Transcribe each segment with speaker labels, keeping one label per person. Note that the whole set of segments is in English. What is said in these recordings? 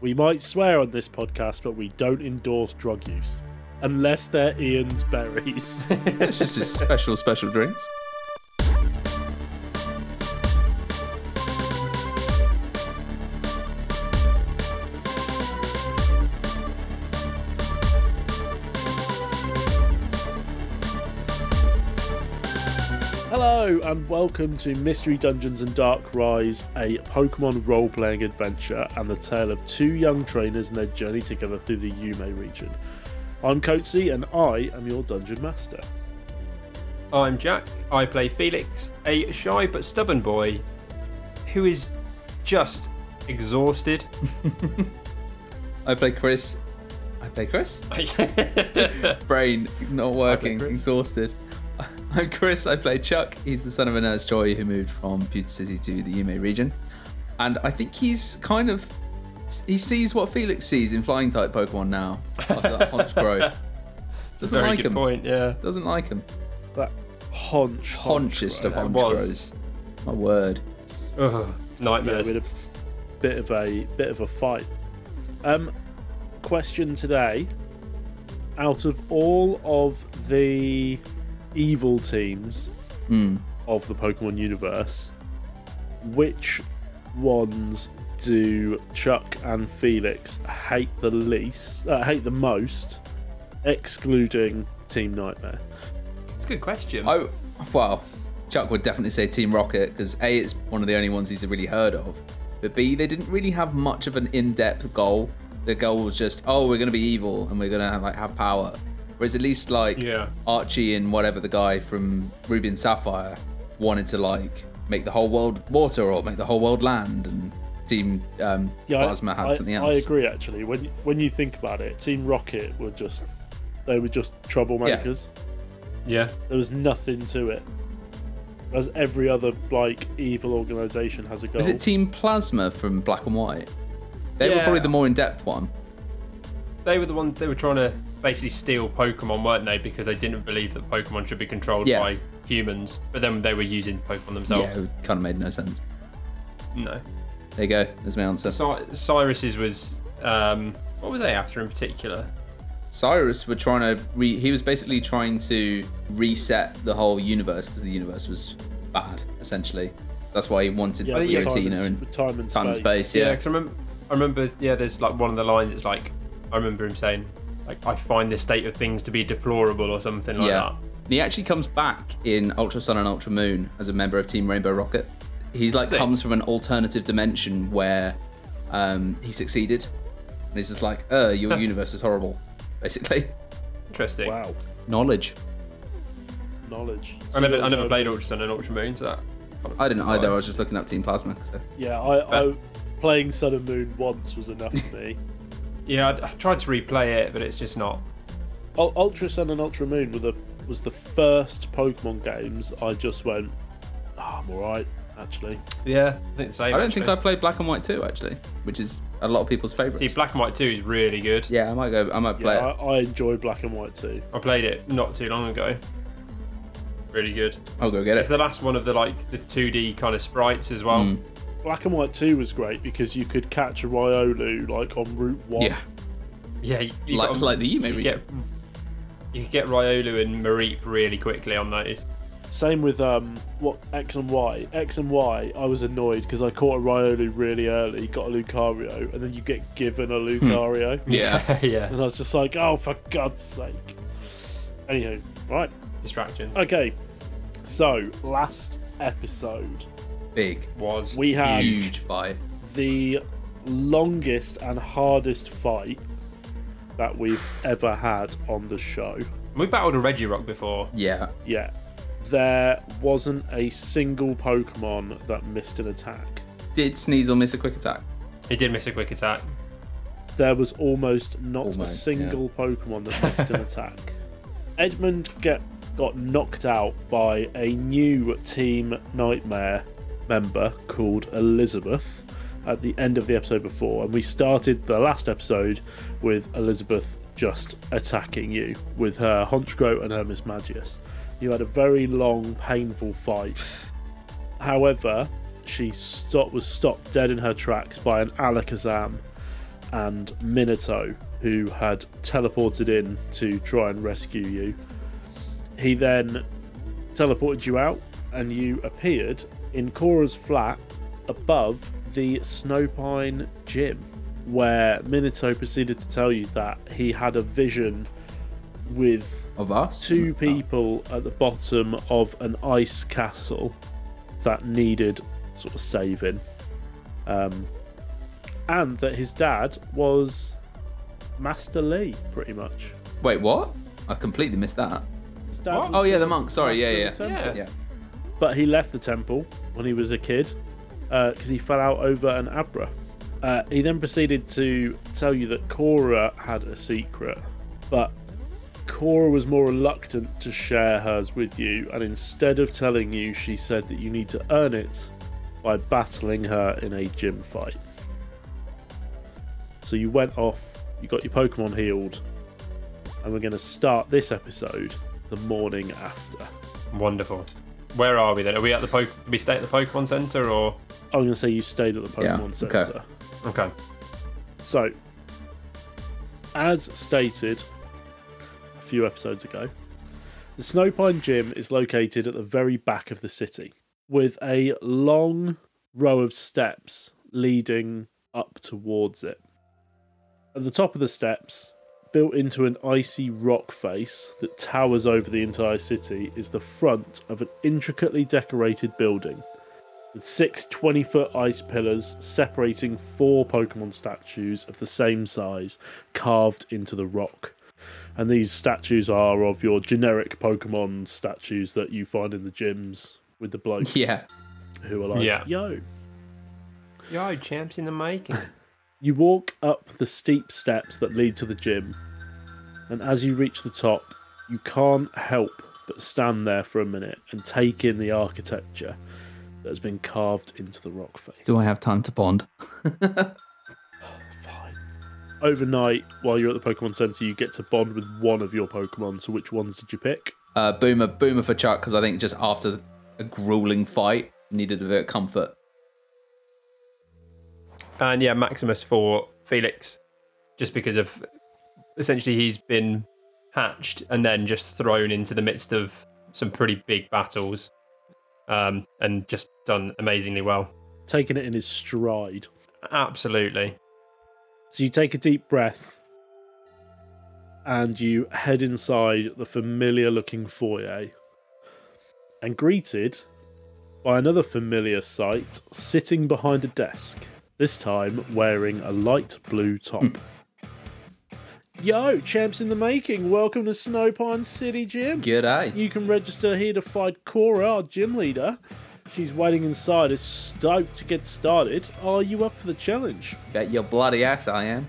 Speaker 1: We might swear on this podcast, but we don't endorse drug use. Unless they're Ian's berries.
Speaker 2: it's just his special, special drinks.
Speaker 1: Hello, and welcome to Mystery Dungeons and Dark Rise, a Pokemon role playing adventure and the tale of two young trainers and their journey together through the Yume region. I'm Coatsy, and I am your dungeon master.
Speaker 3: I'm Jack. I play Felix, a shy but stubborn boy who is just exhausted.
Speaker 2: I play Chris. I play Chris?
Speaker 3: I
Speaker 2: Brain not working,
Speaker 3: Chris.
Speaker 2: exhausted. I'm Chris. I play Chuck. He's the son of a nurse Joy who moved from Pewter City to the Yume region. And I think he's kind of. He sees what Felix sees in flying type Pokemon now after that hunch growth. Doesn't
Speaker 3: Very
Speaker 2: like
Speaker 3: good
Speaker 2: him.
Speaker 3: point, yeah.
Speaker 2: Doesn't like him.
Speaker 1: That haunch, haunch
Speaker 2: Haunchest
Speaker 1: right
Speaker 2: of hunch
Speaker 3: was.
Speaker 2: grows. My word.
Speaker 3: Ugh,
Speaker 1: Yeah,
Speaker 3: nightmares.
Speaker 1: with a bit of a bit of a fight. Um, question today: Out of all of the evil teams of the Pokemon universe, which ones do Chuck and Felix hate the least? Uh, hate the most, excluding Team Nightmare.
Speaker 3: It's a good question.
Speaker 2: Oh, well, Chuck would definitely say Team Rocket because A, it's one of the only ones he's really heard of. But B, they didn't really have much of an in-depth goal. The goal was just, oh, we're gonna be evil and we're gonna have, like have power. Whereas at least like
Speaker 3: Yeah.
Speaker 2: Archie and whatever the guy from Ruby and Sapphire wanted to like make the whole world water or make the whole world land, and Team um,
Speaker 1: I-
Speaker 2: Plasma had
Speaker 1: I,
Speaker 2: something
Speaker 1: I
Speaker 2: else.
Speaker 1: agree. Actually, when when you think about it, Team Rocket were just they were just troublemakers.
Speaker 3: yeah.
Speaker 1: There was nothing to it. As every other like evil organization has a goal.
Speaker 2: Was it Team Plasma from Black and White? They were
Speaker 3: Yeah.
Speaker 2: probably the more in-depth one.
Speaker 3: They were the ones they were trying to basically steal Pokemon, weren't they? Because they didn't believe that Pokemon should be controlled
Speaker 2: Yeah.
Speaker 3: by humans. But then they were using Pokemon
Speaker 2: Yeah,
Speaker 3: themselves.
Speaker 2: it kind of made no sense.
Speaker 3: No.
Speaker 2: There you go. There's my answer.
Speaker 3: Cy- Cyrus's was um what were they after in particular?
Speaker 2: Cyrus were trying to re- he was basically trying to reset the whole universe because the universe was bad essentially. That's why he wanted
Speaker 1: Yeah,
Speaker 2: yeah,
Speaker 1: with time,
Speaker 2: Giratina
Speaker 1: and,
Speaker 2: and
Speaker 1: with time and
Speaker 2: time and space.
Speaker 3: Yeah,
Speaker 2: Yeah,
Speaker 3: 'cause I remember, I remember, yeah, there's like one of the lines. It's like I remember him saying, like, I find this state of things to be deplorable or something like
Speaker 2: yeah. And he actually comes back in Ultra Sun and Ultra Moon as a member of Team Rainbow Rocket. He's like
Speaker 3: Sick.
Speaker 2: comes from an alternative dimension where um, he succeeded, and he's just like, "Uh, your universe is horrible," basically.
Speaker 3: that. Interesting.
Speaker 1: Wow,
Speaker 2: Knowledge.
Speaker 1: knowledge.
Speaker 3: I never, I never
Speaker 1: So,
Speaker 3: played Ultra Sun and Ultra Moon, so that.
Speaker 2: I didn't either. I was just looking up Team Plasma. So.
Speaker 1: Yeah, I, I playing Sun and Moon once was enough for me.
Speaker 3: Yeah, I, I tried to replay it, but it's just not.
Speaker 1: Ul- Ultra Sun and Ultra Moon were the was the first Pokemon games I just went, oh, I'm alright actually.
Speaker 3: Yeah, I think the same.
Speaker 2: I don't think I played Black and White 2 actually, which is a lot of people's favourite.
Speaker 3: See, Black and White Two is really good.
Speaker 2: Yeah, I might go. I might
Speaker 1: Yeah,
Speaker 2: play
Speaker 1: I,
Speaker 2: it.
Speaker 1: I enjoy Black and White too.
Speaker 3: I played it not too long ago. Really good.
Speaker 2: I'll go get
Speaker 3: It's
Speaker 2: it.
Speaker 3: the last one of the like the 2D kind of sprites as well.
Speaker 2: Mm.
Speaker 1: Black and White 2 was great because you could catch a Ryolu like on Route 1.
Speaker 2: Yeah,
Speaker 3: Yeah, you, you
Speaker 2: like
Speaker 3: got-
Speaker 2: like the E, Yume
Speaker 3: you
Speaker 2: region.
Speaker 3: get you could get Ryolu and Mareep really quickly on those.
Speaker 1: Same with um what X and Y. X and Y, I was annoyed because I caught a Ryolu really early, got a Lucario, and then you get given a Lucario.
Speaker 2: Hmm. Yeah,
Speaker 3: yeah.
Speaker 1: And I was just like, oh, for God's sake. Anywho, right.
Speaker 3: Distraction
Speaker 1: Okay. So, last episode,
Speaker 2: big,
Speaker 3: was
Speaker 1: we had
Speaker 2: huge fight.
Speaker 1: the longest and hardest fight that we've ever had on the show.
Speaker 3: we battled a Regirock before.
Speaker 2: Yeah,
Speaker 1: Yeah. There wasn't a single Pokemon that missed an attack.
Speaker 2: did Sneasel miss a quick attack?
Speaker 3: He did miss a quick attack.
Speaker 1: There was almost not a
Speaker 2: Almost,
Speaker 1: single Pokemon that missed an attack. Edmund get, got knocked out by a new Team Nightmare member called Elizabeth at the end of the episode before, and we started the last episode with Elizabeth just attacking you with her Honchgrow and her Miss Magius. You had a very long, painful fight. However, she stop, was stopped dead in her tracks by an Alakazam and Minato, who had teleported in to try and rescue you. He then teleported you out, and you appeared in Cora's flat above the Snowpine Gym, where Minato proceeded to tell you that he had a vision with
Speaker 2: Of us?
Speaker 1: two
Speaker 2: Oh.
Speaker 1: people at the bottom of an ice castle that needed sort of saving. Um, and that his dad was Master Lee, pretty much.
Speaker 2: Wait, what? I completely missed that.
Speaker 1: His dad
Speaker 3: What?
Speaker 1: was
Speaker 2: Oh yeah, the
Speaker 1: the-
Speaker 2: monk. Sorry, yeah, yeah,
Speaker 1: Master of the
Speaker 2: yeah.
Speaker 3: temple.
Speaker 2: yeah.
Speaker 1: But he left the temple when he was a kid because he fell out over an abra. Uh, he then proceeded to tell you that Cora had a secret, but Cora was more reluctant to share hers with you, and instead of telling you, she said that you need to earn it by battling her in a gym fight. So you went off, you got your Pokemon healed, and we're going to start this episode the morning after.
Speaker 3: Wonderful. Where are we then? Are we at the Poke? We stay at the Pokemon Center or?
Speaker 1: I'm going to say you stayed at the
Speaker 2: Yeah,
Speaker 1: Pokemon
Speaker 2: okay.
Speaker 1: Center.
Speaker 3: Okay.
Speaker 1: So, as stated a few episodes ago, the Snowpine Gym is located at the very back of the city, with a long row of steps leading up towards it. At the top of the steps, built into an icy rock face that towers over the entire city, is the front of an intricately decorated building with six 20 foot ice pillars separating four Pokemon statues of the same size carved into the rock. And these statues are of your generic Pokemon statues that you find in the gyms with the blokes
Speaker 2: Yeah.
Speaker 1: who are like,
Speaker 3: Yeah.
Speaker 1: yo,
Speaker 3: Yo, champs in the making.
Speaker 1: You walk up the steep steps that lead to the gym, and as you reach the top, you can't help but stand there for a minute and take in the architecture that has been carved into the rock face.
Speaker 2: Do I have time to bond?
Speaker 1: Fine. Overnight, while you're at the Pokemon Center, you get to bond with one of your Pokemon. So, which ones did you pick?
Speaker 2: Uh, boomer, boomer for Chuck because I think just after a grueling fight, needed a bit of comfort.
Speaker 3: and yeah, Maximus for Felix, just because of essentially he's been hatched and then just thrown into the midst of some pretty big battles, um, and just done amazingly well.
Speaker 1: Taking it in his stride.
Speaker 3: Absolutely.
Speaker 1: So you take a deep breath and you head inside the familiar looking foyer and greeted by another familiar sight sitting behind a desk, this time wearing a light blue top. Yo, champs in the making, welcome to Snowpine City Gym.
Speaker 2: Good eye.
Speaker 1: You can register here to fight Cora, our gym leader. She's waiting inside, is stoked to get started. Are you up for the challenge?
Speaker 2: Bet your bloody ass I am.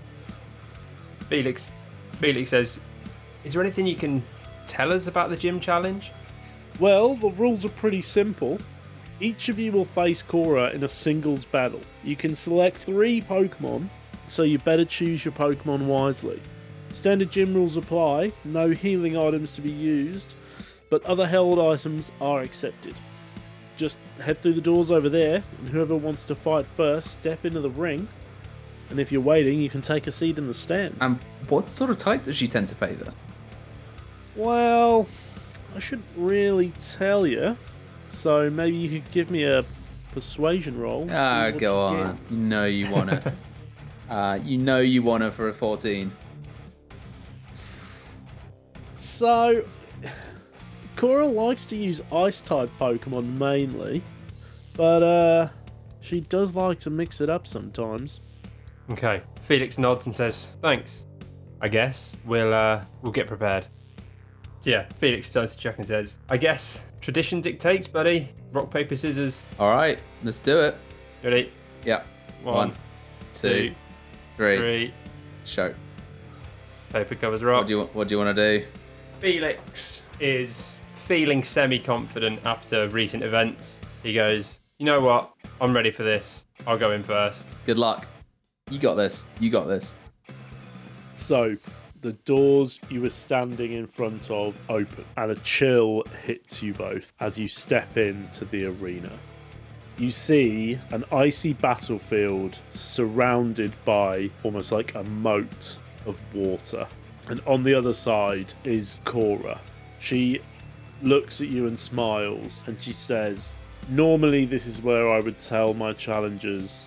Speaker 3: Felix, Felix says, "Is there anything you can tell us about the gym challenge?"
Speaker 1: Well, the rules are pretty simple. Each of you will face Cora in a singles battle. You can select three Pokemon, so you better choose your Pokemon wisely. Standard gym rules apply, no healing items to be used, but other held items are accepted. Just head through the doors over there, and whoever wants to fight first, step into the ring. And if you're waiting, you can take a seat in the stands.
Speaker 2: And what sort of type does she tend to favour?
Speaker 1: Well, I shouldn't really tell you. So maybe you could give me a persuasion roll. and see
Speaker 2: Ah,
Speaker 1: what
Speaker 2: go
Speaker 1: you
Speaker 2: on.
Speaker 1: get.
Speaker 2: You know you want her. uh, you know you want her for a 14.
Speaker 1: So, Cora likes to use ice type Pokemon mainly, but uh, she does like to mix it up sometimes.
Speaker 3: Okay. Felix nods and says, "Thanks. I guess we'll uh, we'll get prepared." So yeah, Felix turns to Chuck and says, "I guess tradition dictates, buddy. Rock paper scissors.
Speaker 2: All right, let's do it.
Speaker 3: Ready?
Speaker 2: Yeah.
Speaker 3: One,
Speaker 2: One,
Speaker 3: two,
Speaker 2: two,
Speaker 3: three.
Speaker 2: three. Show.
Speaker 3: Paper covers rock.
Speaker 2: What do you want? What do you want to do?
Speaker 3: Felix is feeling semi-confident after recent events. He goes, "You know what? I'm ready for this. I'll go in first.
Speaker 2: Good luck. You got this. You got this.
Speaker 1: So, the doors you were standing in front of open, and a chill hits you both as you step into the arena. you see an icy battlefield surrounded by almost like a moat of water. And on the other side is Cora. She looks at you and smiles and she says, Normally, this is where I would tell my challengers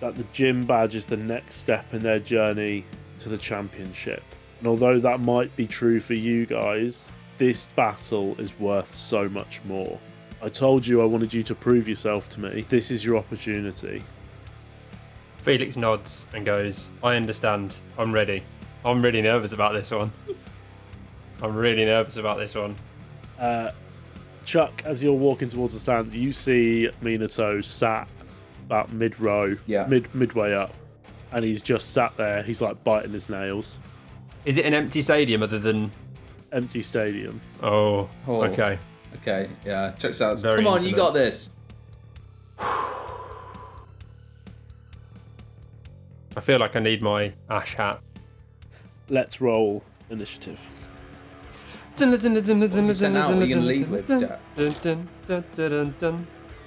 Speaker 1: that the gym badge is the next step in their journey to the championship. And although that might be true for you guys, this battle is worth so much more. I told you I wanted you to prove yourself to me. This is your opportunity.
Speaker 3: Felix nods and goes, I understand. I'm ready. I'm really nervous about this one. I'm really nervous about this one.
Speaker 1: Uh, Chuck, as you're walking towards the stand, you see Minato sat about mid row,
Speaker 2: Yeah.
Speaker 1: mid midway up, and he's just sat there. He's like biting his nails.
Speaker 3: Is it an empty stadium other than.
Speaker 1: Empty stadium.
Speaker 3: Oh,
Speaker 2: Oh.
Speaker 3: okay.
Speaker 2: Okay, yeah. Checks out.
Speaker 3: Very
Speaker 2: Come on, you
Speaker 3: intimate.
Speaker 2: got this.
Speaker 3: I feel like I need my ash hat.
Speaker 1: Let's roll initiative.
Speaker 2: So now we're gonna lead with Jack.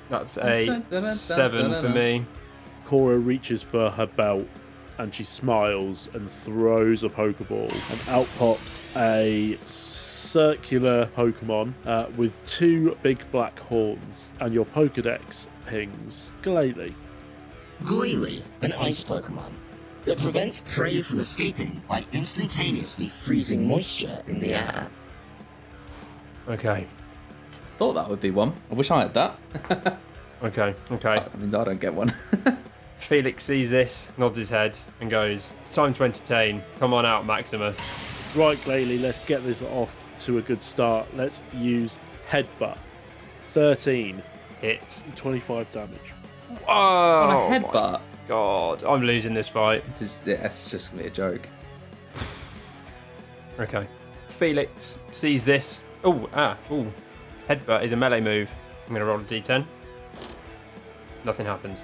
Speaker 3: That's a seven for me.
Speaker 1: Cora reaches for her belt and she smiles and throws a Pokeball, and out pops a circular Pokemon uh, with two big black horns, and your Pokedex pings Glalie.
Speaker 4: Goily, an ice Pokemon. It prevents prey from escaping by instantaneously freezing moisture in the air.
Speaker 3: Okay,
Speaker 2: Thought that would be one. I wish I had that.
Speaker 3: okay, okay.
Speaker 2: That means I don't get one.
Speaker 3: Felix sees this, nods his head, and goes, It's time to entertain. Come on out, Maximus.
Speaker 1: Right, Glalie, let's get this off to a good start. Let's use Headbutt. 13,
Speaker 3: Hits.
Speaker 1: 25 damage.
Speaker 3: Oh,
Speaker 2: On a headbutt.
Speaker 3: God, I'm losing this fight.
Speaker 2: It's just, yeah, it's just gonna be a joke.
Speaker 3: Okay. Felix sees this. Oh, ah, ooh. Headbutt is a melee move. I'm going to roll a d10. Nothing happens.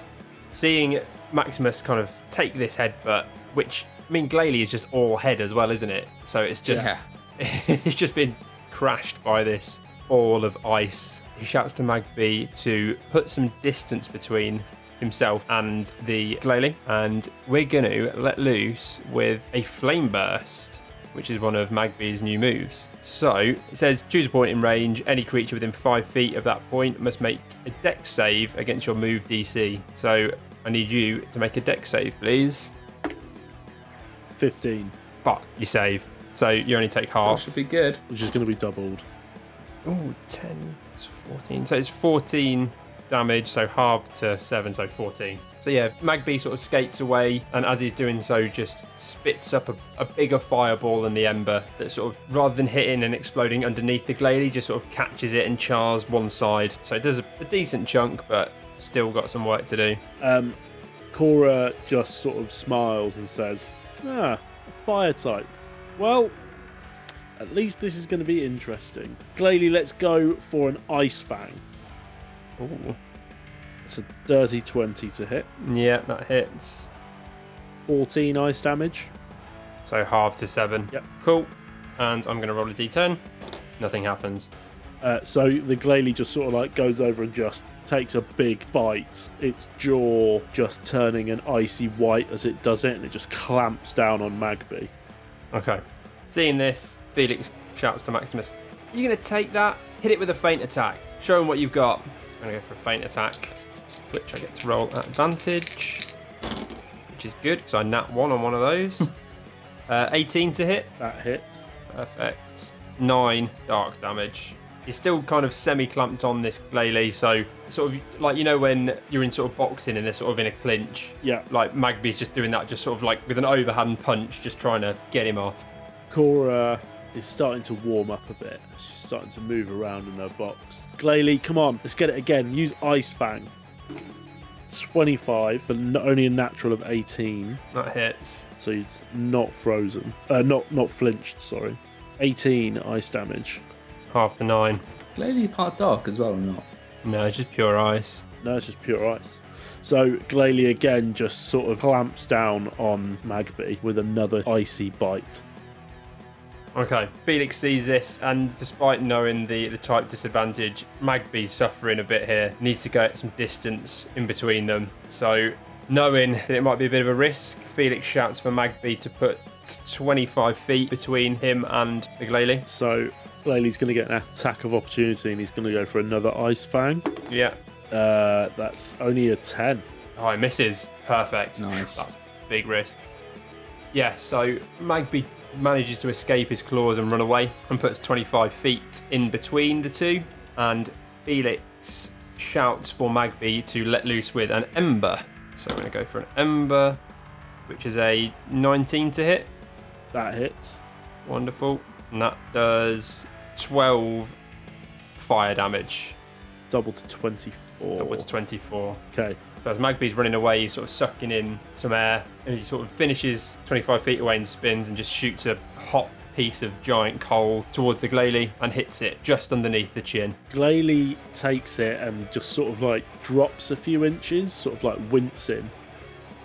Speaker 3: Seeing Maximus kind of take this headbutt, which, I mean, Glalie is just all head as well, isn't it? So it's just,
Speaker 2: Yeah.
Speaker 3: it's just been crashed by this ball of ice. He shouts to Magby to put some distance between himself and the Glalie, and we're going to let loose with a flame burst which is one of Magby's new moves. So it says choose a point in range. Any creature within five feet of that point must make a deck save against your move DC. So I need you to make a deck save, please.
Speaker 1: 15,
Speaker 3: Fuck, you save. So you only take
Speaker 2: That
Speaker 3: half.
Speaker 2: should be good.
Speaker 1: which is going to be doubled.
Speaker 3: Ooh, 10, it's 14. So it's 14 damage, so half to 7, so 14. So yeah, Magby sort of skates away, and as he's doing so, just spits up a, a bigger fireball than the ember that sort of, rather than hitting and exploding underneath the Glalie, just sort of catches it and chars one side. So it does a, a decent chunk, but still got some work to do.
Speaker 1: Um, Cora just sort of smiles and says, Ah, a fire type. Well, at least this is going to be interesting. Glalie, let's go for an Ice Fang.
Speaker 3: Ooh.
Speaker 1: It's a dirty 20 to hit.
Speaker 3: Yeah, that hits.
Speaker 1: 14 ice damage.
Speaker 3: So half to 7.
Speaker 1: Yep.
Speaker 3: Cool. And I'm going to roll a d10. Nothing happens.
Speaker 1: Uh, so the Glalie just sort of like goes over and just takes a big bite. Its jaw just turning an icy white as it does it, and it just clamps down on Magby.
Speaker 3: Okay. Seeing this, Felix shouts to Maximus, Are you going to take that? Hit it with a feint attack. Show him what you've got. I'm going to go for a feint attack, which I get to roll at advantage, which is good because I nat one on one of those. uh, 18 to hit.
Speaker 1: That hits.
Speaker 3: Perfect. Nine dark damage. He's still kind of semi-clamped on this Glalie, so sort of like you know when you're in sort of boxing and they're sort of in a clinch.
Speaker 1: Yeah.
Speaker 3: Like Magby's just doing that, just sort of like with an overhand punch, just trying to get him off.
Speaker 1: Cora is starting to warm up a bit. She's starting to move around in her box. Glalie, come on, let's get it again. Use Ice Fang. 25, but not only a natural of 18,
Speaker 3: That hits.
Speaker 1: so he's not frozen. Uh, not not flinched, sorry. 18 ice damage.
Speaker 3: Half the nine.
Speaker 2: Lady part dark as well or not?
Speaker 3: No, it's just pure ice.
Speaker 1: No, it's just pure ice. So Glalie again just sort of clamps down on Magby with another icy bite.
Speaker 3: Okay. Felix sees this, and despite knowing the, the type disadvantage, Magby's suffering a bit here. Needs to get some distance in between them. So, knowing that it might be a bit of a risk, Felix shouts for Magby to put 25 feet between him and Igleli.
Speaker 1: So Blaley's going to get an attack of opportunity and he's going to go for another ice fang.
Speaker 3: Yeah.
Speaker 1: Uh, that's only a 10.
Speaker 3: Oh, it misses. Perfect.
Speaker 2: Nice.
Speaker 3: That's a big risk. Yeah, so Magby manages to escape his claws and run away and puts 25 feet in between the two. And Felix shouts for Magby to let loose with an ember. So I'm going to go for an ember, which is a 19 to hit.
Speaker 1: That hits.
Speaker 3: Wonderful. And that does 12 fire damage.
Speaker 1: Double to 24.
Speaker 3: That was 24.
Speaker 1: Okay.
Speaker 3: So as Magby's running away, he's sort of sucking in some air, and he sort of finishes 25 feet away and spins and just shoots a hot piece of giant coal towards the Glalie and hits it just underneath the chin.
Speaker 1: Glalie takes it and just sort of like drops a few inches, sort of like wincing.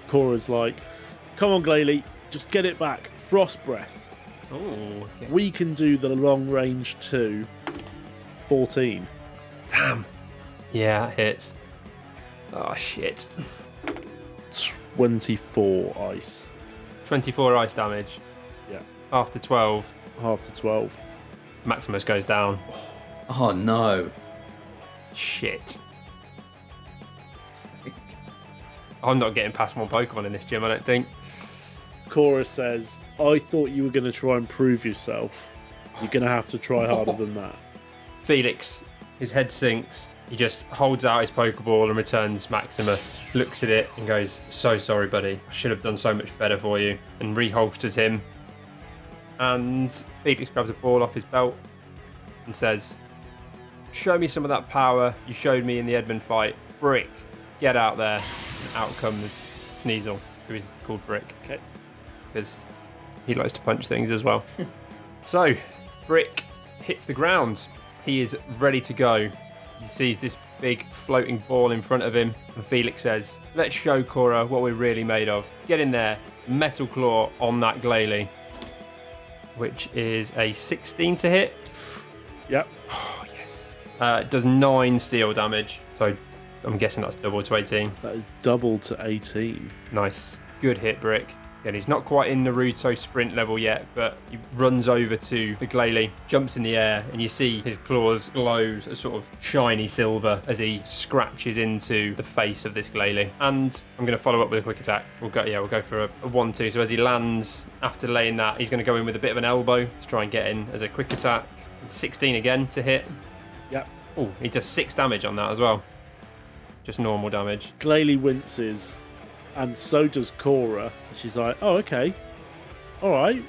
Speaker 1: Cora's like, come on, Glalie, just get it back. Frost breath.
Speaker 3: Ooh.
Speaker 1: We can do the long range two. 14.
Speaker 3: Yeah, that hits. Oh shit.
Speaker 1: 24 ice.
Speaker 3: 24 ice damage.
Speaker 1: Yeah.
Speaker 3: After 12,
Speaker 1: Half to 12.
Speaker 3: Maximus goes down.
Speaker 2: Oh no.
Speaker 3: Shit. I'm not getting past one Pokemon in this gym, I don't think.
Speaker 1: Cora says, I thought you were going to try and prove yourself. You're going to have to try harder than that.
Speaker 3: Felix, his head sinks. He just holds out his Pokeball and returns Maximus, looks at it and goes, So sorry, buddy. I should have done so much better for you. And reholsters him. And Felix grabs a ball off his belt and says, Show me some of that power you showed me in the Edmund fight. Brick, get out there. And out comes Sneasel, who is called Brick
Speaker 1: Okay.
Speaker 3: because he likes to punch things as well. so, Brick hits the ground. He is ready to go. He sees this big floating ball in front of him, and Felix says, Let's show Cora what we're really made of. Get in there, metal claw on that Glalie, which is a 16 to hit.
Speaker 1: Yep.
Speaker 3: Oh, yes. Uh, does 9 steel damage. So, I'm guessing that's double to 18.
Speaker 1: That is double to 18.
Speaker 3: Nice. Good hit, Brick. And he's not quite in Naruto sprint level yet, but he runs over to the Glalie, jumps in the air, and you see his claws glow a sort of shiny silver as he scratches into the face of this Glalie. And I'm going to follow up with a quick attack. We'll go, yeah, we'll go for a, a one-two. So as he lands after laying that, he's going to go in with a bit of an elbow to try and get in as a quick attack. 16 again to hit.
Speaker 1: Yep.
Speaker 3: Oh, he does six damage on that as well. Just normal damage.
Speaker 1: Glalie winces, and so does Cora. She's like, oh, okay. All right.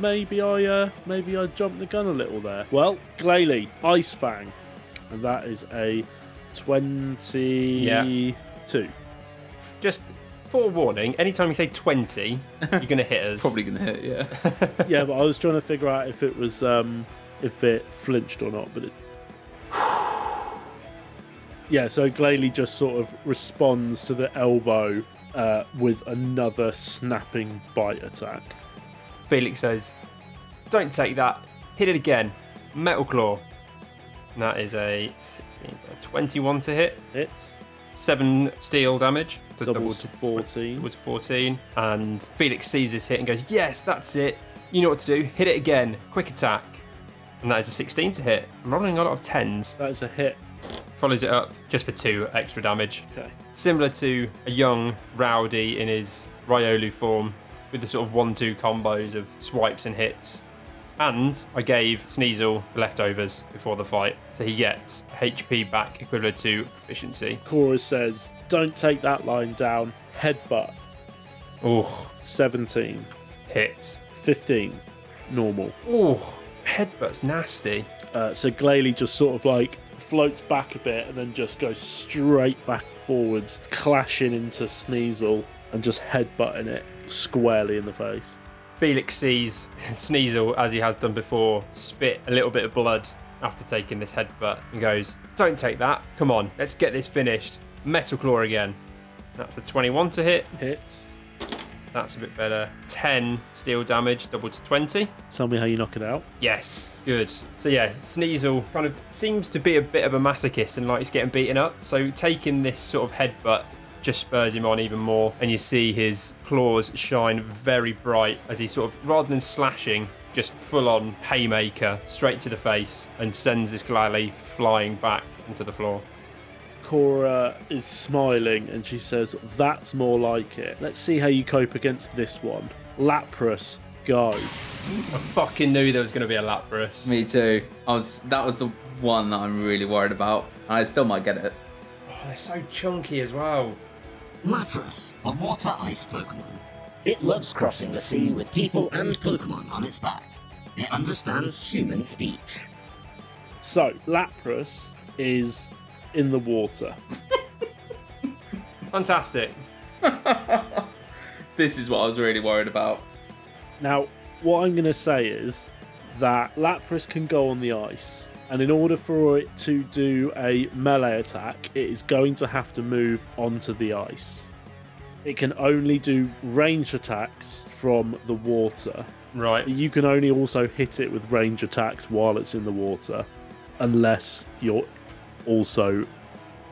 Speaker 1: Maybe I, uh, maybe I jumped the gun a little there. Well, Glalie, Ice Fang. And that is a 22.
Speaker 3: just forewarning anytime you say 20 you're gonna hit us
Speaker 2: Probably gonna hit, yeah.
Speaker 1: yeah, but I was trying to figure out if it was um if it flinched or not, but it Yeah, so Glalie just sort of responds to the elbow uh, with another snapping bite attack.
Speaker 3: felix says don't take that hit it again metal claw and that is a 16 a 21 to hit
Speaker 1: Hits.
Speaker 3: 7 steel damage so
Speaker 1: Double
Speaker 3: to
Speaker 1: to fourteen.
Speaker 3: was 14 and felix sees this hit and goes yes that's it you know what to do hit it again quick attack and that is a 16 to hit i'm rolling a lot of 10s
Speaker 1: That is a hit.
Speaker 3: follows it up just for 2 extra damage
Speaker 1: Okay.
Speaker 3: similar to a young Rowdy in his Ryolu form, with the sort of one-two combos of swipes and hits. And I gave Sneasel the leftovers before the fight, so he gets HP back equivalent to proficiency.
Speaker 1: Cora says, Don't take that line down. Headbutt.
Speaker 3: Oh,
Speaker 1: 17.
Speaker 3: hits.
Speaker 1: 15. Normal.
Speaker 3: Oh, headbutt's nasty.
Speaker 1: Uh, so Glalie just sort of like floats back a bit and then just goes straight back forwards, clashing into Sneasel and just headbutting it squarely in the face.
Speaker 3: Felix sees Sneasel, as he has done before, spit a little bit of blood after taking this headbutt and goes, Don't take that. Come on, let's get this finished. Metal Claw again. That's a 21 to hit.
Speaker 1: Hits.
Speaker 3: That's a bit better. 10 steel damage, double to 20.
Speaker 1: Tell me how you knock it out.
Speaker 3: Yes, good. So yeah, Sneasel kind of seems to be a bit of a masochist and like he's getting beaten up. So taking this sort of headbutt just spurs him on even more, and you see his claws shine very bright as he sort of, rather than slashing, just full on haymaker straight to the face and sends this Glalie flying back into the floor.
Speaker 1: Cora is smiling and she says, That's more like it. Let's see how you cope against this one. Lapras, go.
Speaker 3: I fucking knew there was going to be a Lapras.
Speaker 2: Me too. I was that was the one that I'm really worried about. And I still might get it.
Speaker 3: Oh, they're so chunky as well.
Speaker 4: Lapras, a water ice Pokemon. It loves crossing the sea with people and Pokemon on its back. It understands human speech.
Speaker 1: So, Lapras is in the water.
Speaker 3: Fantastic.
Speaker 2: This is what I was really worried about.
Speaker 1: Now, what I'm going to say is that Lapras can go on the ice, and in order for it to do a melee attack, it is going to have to move onto the ice. It can only do range attacks from the water.
Speaker 3: Right.
Speaker 1: You can only also hit it with range attacks while it's in the water, unless you're also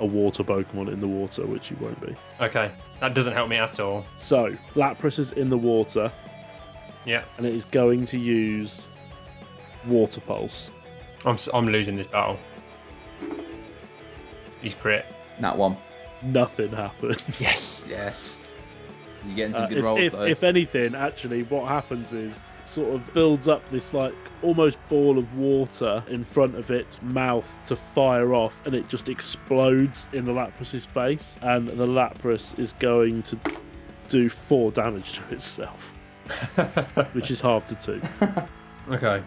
Speaker 1: a water Pokemon in the water, which you won't be.
Speaker 3: Okay. That doesn't help me at all.
Speaker 1: So, Lapras is in the water,
Speaker 3: Yeah.
Speaker 1: and it is going to use Water Pulse.
Speaker 3: I'm, s- I'm losing this battle. He's crit.
Speaker 2: That one.
Speaker 1: Nothing happened.
Speaker 3: Yes.
Speaker 2: Yes. You're getting some
Speaker 1: Uh,
Speaker 2: good
Speaker 1: if,
Speaker 2: rolls
Speaker 1: if,
Speaker 2: though.
Speaker 1: if anything, actually, what happens is sort of builds up this like almost ball of water in front of its mouth to fire off, and it just explodes in the Lapras's face, and the Lapras is going to do four damage to itself, which is half to two.
Speaker 3: Okay.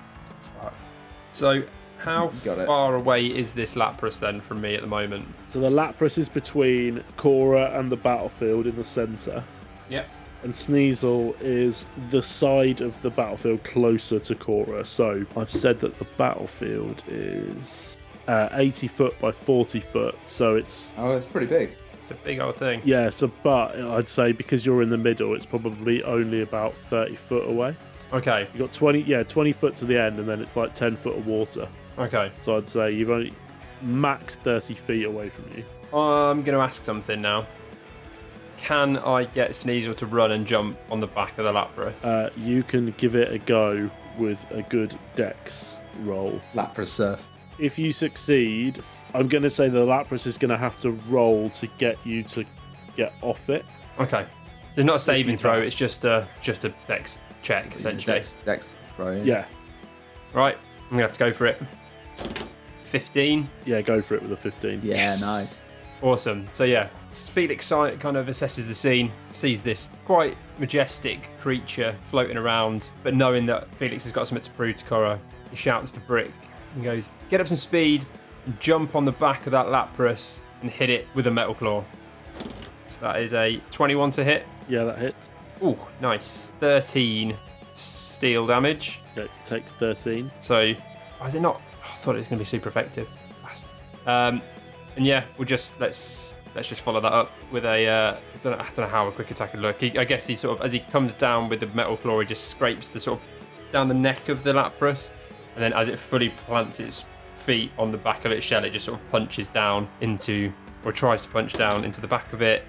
Speaker 3: So, how
Speaker 2: Got it.
Speaker 3: far away is this Lapras then from me at the moment?
Speaker 1: So the Lapras is between Cora and the battlefield in the centre.
Speaker 3: Yep.
Speaker 1: and Sneasel is the side of the battlefield closer to Cora. So I've said that the battlefield is uh, 80 foot by 40 foot. So it's
Speaker 2: oh, it's pretty big.
Speaker 3: It's a big old thing.
Speaker 1: yeah. So but I'd say because you're in the middle, it's probably only about 30 foot away.
Speaker 3: Okay.
Speaker 1: You got 20 yeah 20 foot to the end, and then it's like 10 foot of water.
Speaker 3: Okay.
Speaker 1: So I'd say you've only max 30 feet away from you.
Speaker 3: I'm going to ask something now. Can I get Sneasel to run and jump on the back of the Lapras?
Speaker 1: Uh, you can give it a go with a good dex roll.
Speaker 2: Lapras surf.
Speaker 1: if you succeed, I'm going to say the Lapras is going to have to roll to get you to get off it.
Speaker 3: Okay. There's not a saving
Speaker 1: you
Speaker 3: throw.
Speaker 1: pass.
Speaker 3: It's just a just a dex check essentially.
Speaker 2: Dex, Dex, right?
Speaker 1: Yeah,
Speaker 3: Right. I'm gonna have to go for it. 15.
Speaker 1: yeah, go for it with a 15.
Speaker 2: Yeah,
Speaker 3: Yes.
Speaker 2: nice.
Speaker 3: Awesome. So yeah, Felix si- kind of assesses the scene, sees this quite majestic creature floating around, but knowing that Felix has got something to prove to Cora, he shouts to Brick and goes, "Get up some speed, and jump on the back of that Lapras, and hit it with a metal claw." So that is a 21 to hit.
Speaker 1: Yeah, that hits.
Speaker 3: Ooh, nice. 13 steel damage.
Speaker 1: Okay, takes 13.
Speaker 3: So, why Oh, is it not? I thought it was going to be super effective. Bastard. Um, and yeah, we'll just let's let's just follow that up with a. Uh, I, don't know, I don't know how a quick attack would look. He, I guess he sort of as he comes down with the metal claw, he just scrapes the sort of down the neck of the Lapras, and then as it fully plants its feet on the back of its shell, it just sort of punches down into or tries to punch down into the back of it.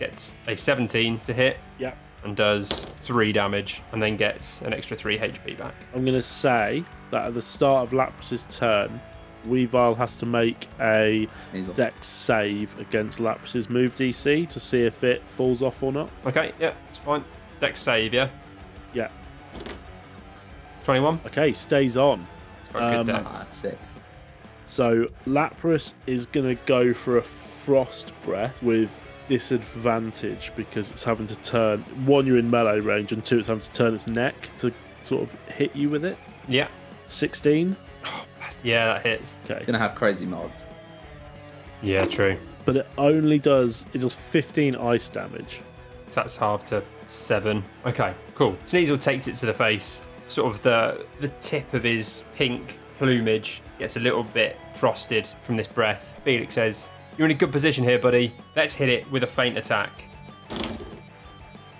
Speaker 3: Gets a 17 to hit
Speaker 1: Yeah.
Speaker 3: and does three damage, and then gets an extra three HP back.
Speaker 1: I'm going to say that at the start of Lapras's turn, Weavile has to make a
Speaker 2: Sneasel.
Speaker 1: dex save against Lapras's move DC to see if it falls off or not.
Speaker 3: Okay, yeah, it's fine. Dex save, yeah.
Speaker 1: Yeah.
Speaker 3: 21.
Speaker 1: Okay, stays on.
Speaker 3: It's got a good
Speaker 1: Um,
Speaker 3: dex.
Speaker 2: Ah, sick.
Speaker 1: So Lapras is going to go for a frost breath with disadvantage because it's having to turn one, you're in melee range, and two, it's having to turn its neck to sort of hit you with it.
Speaker 3: Yeah.
Speaker 1: 16.
Speaker 3: That's- Yeah, that hits.
Speaker 1: Okay,
Speaker 2: Gonna have crazy mods.
Speaker 3: Yeah, true.
Speaker 1: but it only does it does 15 ice damage.
Speaker 3: So that's half to seven. Okay, cool. Sneasel takes it to the face. Sort of the the tip of his pink plumage gets a little bit frosted from this breath. Felix says, "You're in a good position here, buddy. Let's hit it with a faint attack."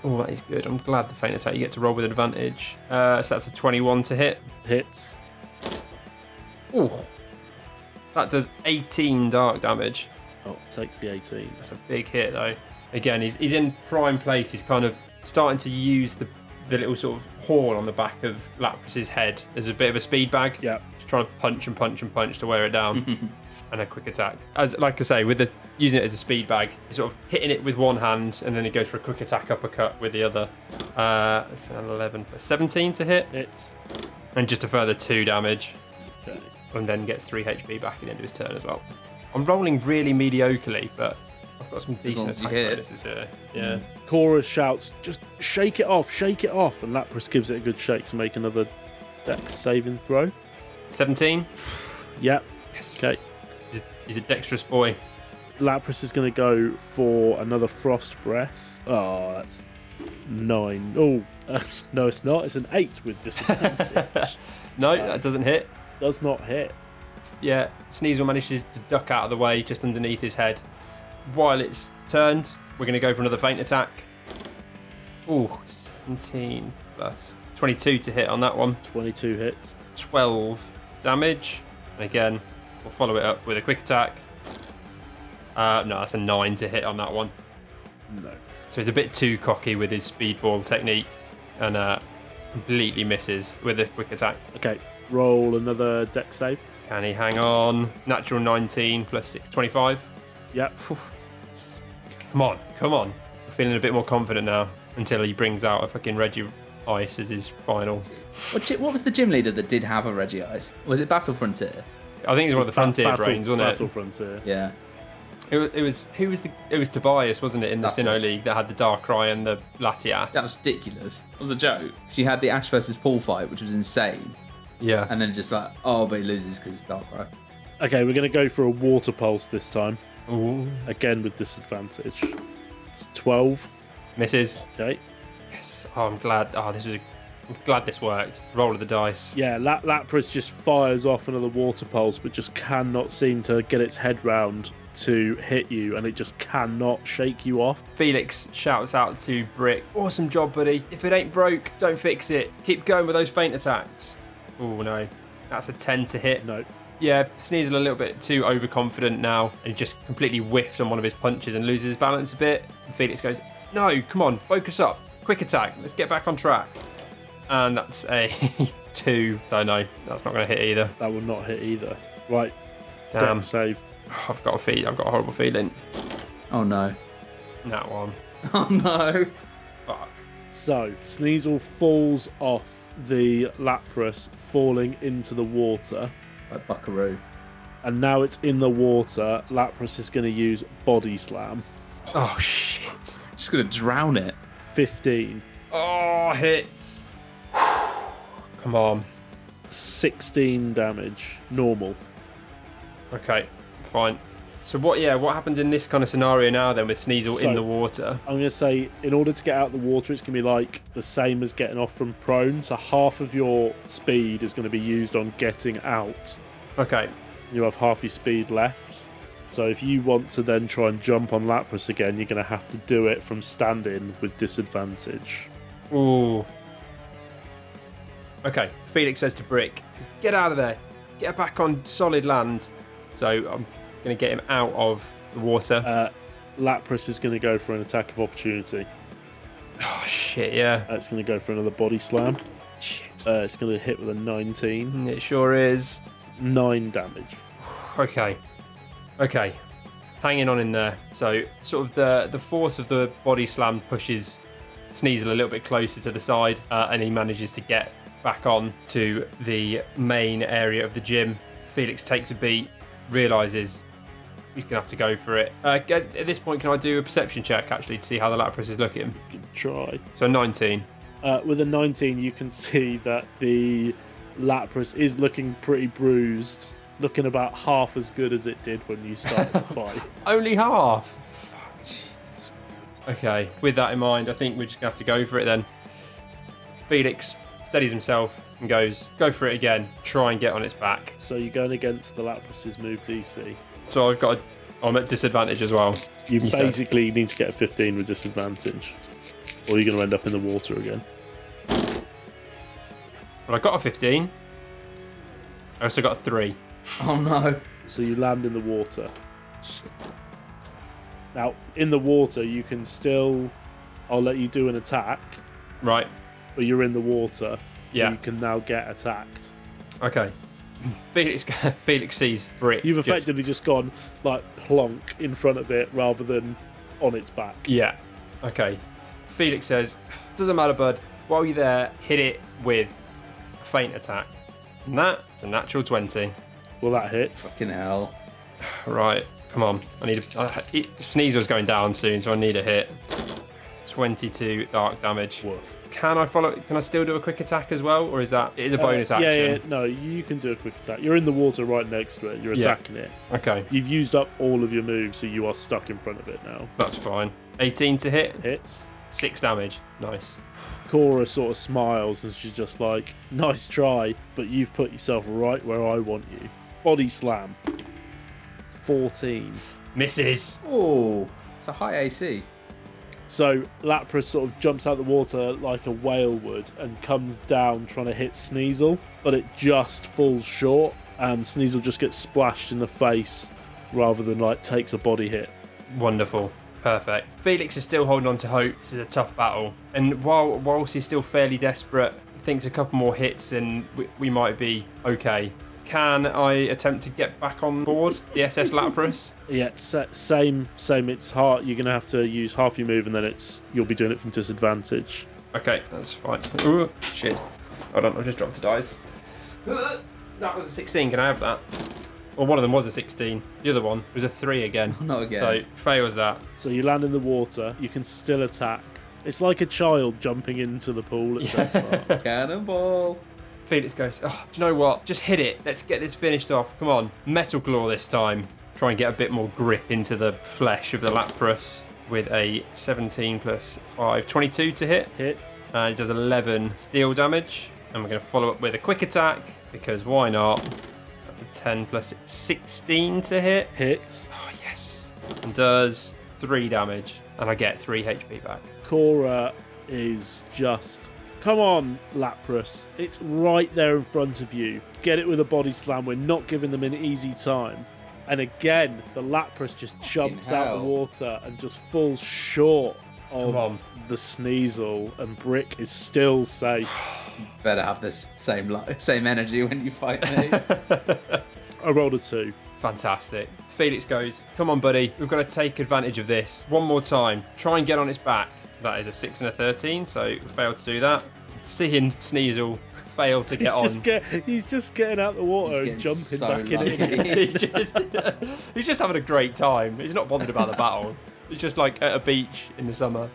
Speaker 3: Oh, that is good. I'm glad the faint attack. You get to roll with advantage. Uh, so that's a 21 to hit.
Speaker 1: Hits.
Speaker 3: Oh, that does 18 dark damage.
Speaker 1: Oh, takes the 18.
Speaker 3: That's a big hit though. Again, he's, he's in prime place. He's kind of starting to use the the little sort of horn on the back of Lapras' head as a bit of a speed bag.
Speaker 1: Yeah.
Speaker 3: Just trying to punch and punch and punch to wear it down. and a quick attack. As like I say, with the using it as a speed bag, he's sort of hitting it with one hand and then he goes for a quick attack uppercut with the other. Uh it's an eleven. A seventeen to hit.
Speaker 1: Hits.
Speaker 3: And just a further two damage.
Speaker 1: Okay.
Speaker 3: And then gets three HP back at the end of his turn as well. I'm rolling really mediocrely, but I've got some decent
Speaker 2: long as you
Speaker 3: attack
Speaker 2: hit.
Speaker 3: bonuses here. Yeah.
Speaker 1: Cora shouts, just shake it off, shake it off. And Lapras gives it a good shake to make another dex saving throw.
Speaker 3: Seventeen.
Speaker 1: Yep.
Speaker 3: Yes.
Speaker 1: Okay.
Speaker 3: He's a, he's a dexterous boy.
Speaker 1: Lapras is going to go for another frost breath. Oh, that's nine. Oh, no, it's not. It's an eight with disadvantage.
Speaker 3: No, that doesn't hit.
Speaker 1: Does not hit.
Speaker 3: Yeah, Sneasel manages to duck out of the way just underneath his head. While it's turned, we're going to go for another feint attack. Ooh, 17 plus 22 to hit on that one.
Speaker 1: 22 hits.
Speaker 3: 12 damage. And again, we'll follow it up with a quick attack. Uh, no, that's a 9 to hit on that one.
Speaker 1: No.
Speaker 3: So he's a bit too cocky with his speedball technique and uh, completely misses with a quick attack.
Speaker 1: Okay, roll another dex save.
Speaker 3: Can he hang on? Natural 19 plus 6, 25.
Speaker 1: Yep.
Speaker 3: Come on, come on. I'm feeling a bit more confident now until he brings out a fucking Reggie Ice as his final.
Speaker 2: What, chi- what was the gym leader that did have a Reggie Ice? Was it Battle Frontier?
Speaker 3: I think it was one of the Frontier
Speaker 1: battle,
Speaker 3: brains, wasn't
Speaker 1: battle
Speaker 3: it?
Speaker 1: Frontier.
Speaker 2: Yeah.
Speaker 3: It was, it was who was the it was Tobias, wasn't it, in the
Speaker 2: That's
Speaker 3: Sinnoh
Speaker 2: it.
Speaker 3: League that had the Darkrai and the Latias?
Speaker 2: That was ridiculous. It was a joke. She had the Ash versus Paul fight, which was insane.
Speaker 3: yeah.
Speaker 2: And then just like, oh, but he loses because it's Darkrai.
Speaker 1: Okay, we're going to go for a water pulse this time.
Speaker 3: Ooh.
Speaker 1: Again with disadvantage. It's 12.
Speaker 3: Misses.
Speaker 1: Okay.
Speaker 3: Yes. Oh, I'm glad. Oh, this was. A, I'm glad this worked. Roll of the dice.
Speaker 1: Yeah, La- Lapras just fires off another water pulse, but just cannot seem to get its head round to hit you, and it just cannot shake you off.
Speaker 3: Felix shouts out to Brick. Awesome job, buddy. If it ain't broke, don't fix it. Keep going with those feint attacks. Oh no. That's a 10 to hit.
Speaker 1: No.
Speaker 3: Yeah, Sneasel a little bit too overconfident now and he just completely whiffs on one of his punches and loses his balance a bit. And Felix goes, No, come on, focus up. Quick attack. Let's get back on track. And that's a two. So no, that's not going to hit either.
Speaker 1: That will not hit either. Right,
Speaker 3: Damn.
Speaker 1: deck save.
Speaker 3: I've got a feel. I've got a horrible feeling.
Speaker 2: Oh no.
Speaker 3: That one.
Speaker 2: Oh no.
Speaker 3: Fuck.
Speaker 1: So, Sneasel falls off the Lapras, falling into the water,
Speaker 2: Like Buckaroo.
Speaker 1: and now it's in the water. Lapras is going to use Body Slam.
Speaker 3: Oh shit.
Speaker 2: Just gonna drown it.
Speaker 1: 15,
Speaker 3: Oh hits. Come on.
Speaker 1: 16 damage, normal.
Speaker 3: Okay. Fine. So what? Yeah. What happens in this kind of scenario now then with Sneasel
Speaker 1: So-
Speaker 3: in the water?
Speaker 1: I'm going to say, in order to get out of the water, it's going to be like the same as getting off from prone. So half of your speed is going to be used on getting out.
Speaker 3: Okay.
Speaker 1: You have half your speed left. So if you want to then try and jump on Lapras again, you're going to have to do it from standing with disadvantage.
Speaker 3: Ooh. Okay. Felix says to Brick, "Get out of there. Get back on solid land." So I'm gonna get him out of the water.
Speaker 1: Uh, Lapras is going to go for an attack of opportunity.
Speaker 3: oh shit. Yeah.
Speaker 1: Uh, it's going to go for another body slam.
Speaker 3: Shit.
Speaker 1: Uh, it's going to hit with a 19.
Speaker 3: It sure is.
Speaker 1: 9 damage.
Speaker 3: Okay. Okay. Hanging on in there. So sort of the the force of the body slam pushes Sneasel a little bit closer to the side, uh, and he manages to get back on to the main area of the gym. Felix takes a beat, realizes he's gonna have to go for it. Uh, g- at this point, can I do a perception check actually to see how the Lapras is looking?
Speaker 1: Good try.
Speaker 3: So 19.
Speaker 1: Uh, with a 19, you can see that the Lapras is looking pretty bruised, looking about half as good as it did when you started the fight.
Speaker 3: Only half. Okay, with that in mind, I think we're just gonna have to go for it then. Felix steadies himself and goes, go for it again, try and get on its back.
Speaker 1: So you're going against the Lapras's move DC.
Speaker 3: So I've got, a, I'm at disadvantage as well.
Speaker 1: You
Speaker 3: You said.
Speaker 1: basically need to get a 15 with disadvantage. or you're going to end up in the water again.
Speaker 3: Well, I got a 15. I also got a 3.
Speaker 2: Oh no.
Speaker 1: So you land in the water. Now, in the water, you can still. I'll let you do an attack,
Speaker 3: Right.
Speaker 1: but you're in the water, so
Speaker 3: Yeah.
Speaker 1: you can now get attacked.
Speaker 3: Okay. Felix Felix sees Brit.
Speaker 1: You've
Speaker 3: just-
Speaker 1: effectively just gone like plonk in front of it rather than on its back.
Speaker 3: Yeah. Okay. Felix says, "Doesn't matter, bud. While you're there, hit it with a feint attack." And that's a natural twenty.
Speaker 1: Well, that hits.
Speaker 2: Fucking hell.
Speaker 3: Right. Come on. I need a. Uh, it, Sneasel's going down soon, so I need a hit. Twenty-two dark damage. Can I follow? Can I still do a quick attack as well, or is that it is a bonus
Speaker 1: Uh,
Speaker 3: action?
Speaker 1: Yeah, yeah, no, you can do a quick attack. You're in the water right next to it. You're
Speaker 3: Yeah.
Speaker 1: attacking it.
Speaker 3: Okay,
Speaker 1: You've used up all of your moves, so you are stuck in front of it now.
Speaker 3: that's fine. Eighteen to hit,
Speaker 1: Hits.
Speaker 3: six damage. Nice.
Speaker 1: Cora sort of smiles and she's just like, "Nice try, but you've put yourself right where I want you." Body slam. Fourteen.
Speaker 3: Misses.
Speaker 2: Oh, it's a high AC.
Speaker 1: So Lapras sort of jumps out of the water like a whale would and comes down trying to hit Sneasel, but it just falls short, and Sneasel just gets splashed in the face rather than like takes a body hit.
Speaker 3: Wonderful. Perfect. Felix is still holding on to hope. This is a tough battle. And while whilst he's still fairly desperate, thinks a couple more hits and we, we might be okay. Can I attempt to get back on board the SS Lapras?
Speaker 1: Yeah, sa- same, same. It's hard. You're gonna have to use half your move, and then it's you'll be doing it from disadvantage.
Speaker 3: Okay, that's fine. Ooh, shit. Hold on, I've just dropped a dice. Uh, That was a 16. Can I have that? Well, one of them was a 16. The other one was a 3 again.
Speaker 2: Not again.
Speaker 3: So, fails that.
Speaker 1: So you land in the water. You can still attack. It's like a child jumping into the pool. At Centre Park.
Speaker 2: Cannonball.
Speaker 3: Felix goes, oh, do you know what? Just hit it. Let's get this finished off. Come on. Metal Claw this time. Try and get a bit more grip into the flesh of the Lapras with a 17 plus 5. 22 to hit.
Speaker 1: Hit.
Speaker 3: And it Uh, does 11 steel damage. And we're going to follow up with a quick attack because why not? That's a 10 plus 16 to hit.
Speaker 1: Hit.
Speaker 3: Oh, yes. And does 3 damage. And I get 3 HP back.
Speaker 1: Cora is just. Come on, Lapras. It's right there in front of you. Get it with a body slam. We're not giving them an easy time. And again, the Lapras just jumps out
Speaker 2: hell.
Speaker 1: the water and just falls short
Speaker 3: Come on.
Speaker 1: of the Sneasel. And Brick is still safe.
Speaker 2: Better have this same li- same energy when you fight me.
Speaker 1: I rolled a two.
Speaker 3: Fantastic. Felix goes, Come on, buddy. We've got to take advantage of this. One more time. Try and get on its back. That is a 6 and a 13, so failed to do that. Seeing Sneasel fail to
Speaker 1: He's
Speaker 3: get
Speaker 1: just,
Speaker 3: on.
Speaker 1: get, he's just getting out the water
Speaker 2: He's
Speaker 1: and
Speaker 2: getting
Speaker 1: jumping
Speaker 2: so
Speaker 1: back in it.
Speaker 2: lucky.
Speaker 3: He just, he's just having a great time. He's not bothered about the battle. He's just like at a beach in the summer.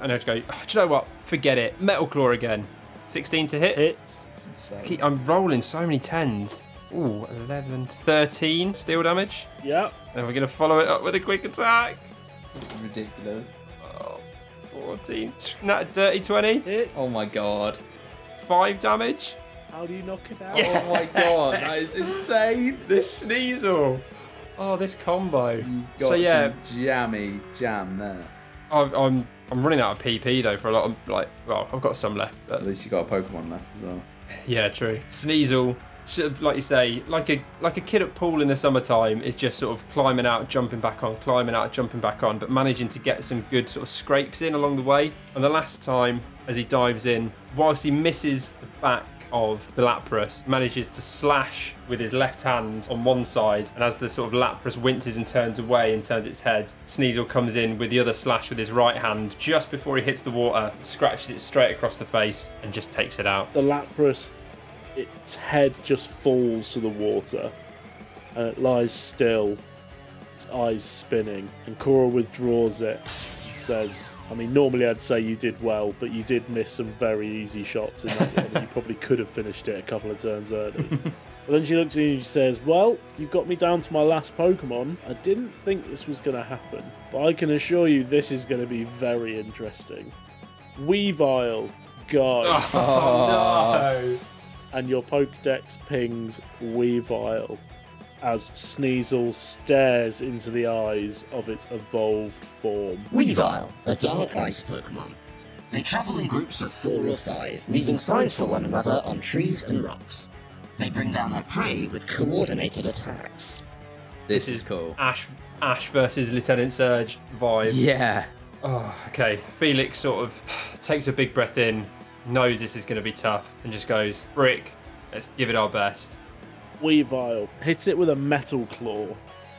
Speaker 3: And I just go, "Oh, Do you know what? Forget it. Metal Claw again. 16 to hit.
Speaker 1: Hits.
Speaker 2: It's insane.
Speaker 3: Keep- I'm rolling so many 10s. Ooh, 11, 13 steel damage.
Speaker 1: Yeah.
Speaker 3: And we're going to follow it up with a quick attack.
Speaker 2: This is ridiculous.
Speaker 3: 14, tw- no, dirty 20,
Speaker 1: Hit.
Speaker 2: Oh my god.
Speaker 3: 5 damage.
Speaker 1: How do you knock it out?
Speaker 2: Oh my god. That is insane.
Speaker 3: This Sneasel. Oh, this combo.
Speaker 2: You got
Speaker 3: So, yeah,
Speaker 2: some jammy jam there.
Speaker 3: I've, I'm I'm running out of PP though for a lot of, like, well, I've got some left.
Speaker 2: At
Speaker 3: But
Speaker 2: least you got a Pokemon left as well.
Speaker 3: yeah, true. Sneasel, sort of, like you say, like a like a kid at pool in the summertime, is just sort of climbing out, jumping back on, climbing out, jumping back on, but managing to get some good sort of scrapes in along the way. And the last time, as he dives in, whilst he misses the back of the Lapras manages to slash with his left hand on one side, and as the sort of Lapras winces and turns away and turns its head, Sneasel comes in with the other slash with his right hand just before he hits the water, scratches it straight across the face, and just takes it out.
Speaker 1: the Lapras, its head just falls to the water and it lies still, its eyes spinning. And Cora withdraws it and says, I mean, normally I'd say you did well, but you did miss some very easy shots in that one. and You probably could have finished it a couple of turns early. But then she looks at you and she says, Well, you got me down to my last Pokemon. I didn't think this was going to happen, but I can assure you this is going to be very interesting. Weavile, go
Speaker 3: Oh,
Speaker 1: and your Pokedex pings Weavile as Sneasel stares into the eyes of its evolved form.
Speaker 4: Weavile, a dark ice Pokemon. They travel in groups of four or five, leaving signs for one another on trees and rocks. They bring down their prey with coordinated attacks.
Speaker 2: This is cool.
Speaker 3: Ash Ash versus Lieutenant Surge vibes.
Speaker 2: Yeah.
Speaker 3: Oh, okay. Felix sort of takes a big breath in, knows this is going to be tough, and just goes, Brick, let's give it our best.
Speaker 1: Weavile hits it with a metal claw.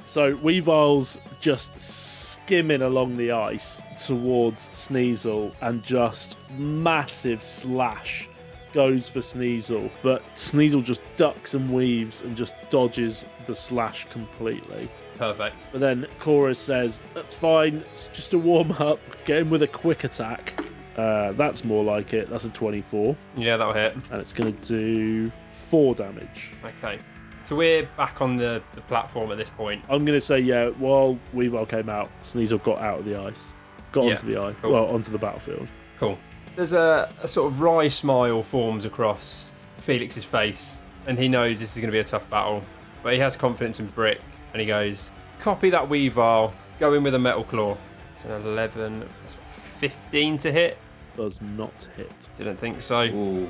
Speaker 1: So Weavile's just skimming along the ice towards Sneasel and just massive slash goes for Sneasel. But Sneasel just ducks and weaves and just dodges the slash completely.
Speaker 3: Perfect.
Speaker 1: But then Chorus says, That's fine, it's just a warm up, get him with a quick attack. Uh, that's more like it. That's a 24.
Speaker 3: Yeah, that'll hit.
Speaker 1: And it's going to do 4 damage.
Speaker 3: Okay. So we're back on the, the platform at this point.
Speaker 1: I'm going to say, yeah, while Weavile came out, Sneasel got out of the ice. Got
Speaker 3: Yeah,
Speaker 1: onto the ice.
Speaker 3: cool.
Speaker 1: Well, onto the battlefield.
Speaker 3: Cool. There's a, a sort of wry smile forms across Felix's face, and he knows this is going to be a tough battle. But he has confidence in Brick, and he goes, Copy that Weavile, go in with a Metal Claw. It's an 11, that's 15 to hit.
Speaker 1: Does not hit.
Speaker 3: Didn't think so.
Speaker 2: Ooh.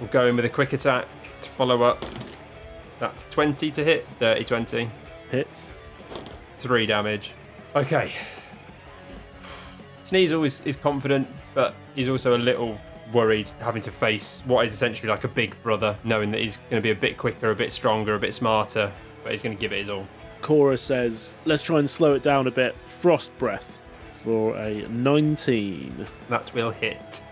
Speaker 3: We'll go in with a quick attack to follow up. That's 20 to hit, 30 20,
Speaker 1: Hits.
Speaker 3: 3 damage. Okay. Sneasel is, is confident, but he's also a little worried having to face what is essentially like a big brother, knowing that he's going to be a bit quicker, a bit stronger, a bit smarter, but he's going to give it his all.
Speaker 1: Cora says, let's try and slow it down a bit. Frost breath for a 19.
Speaker 3: That will hit.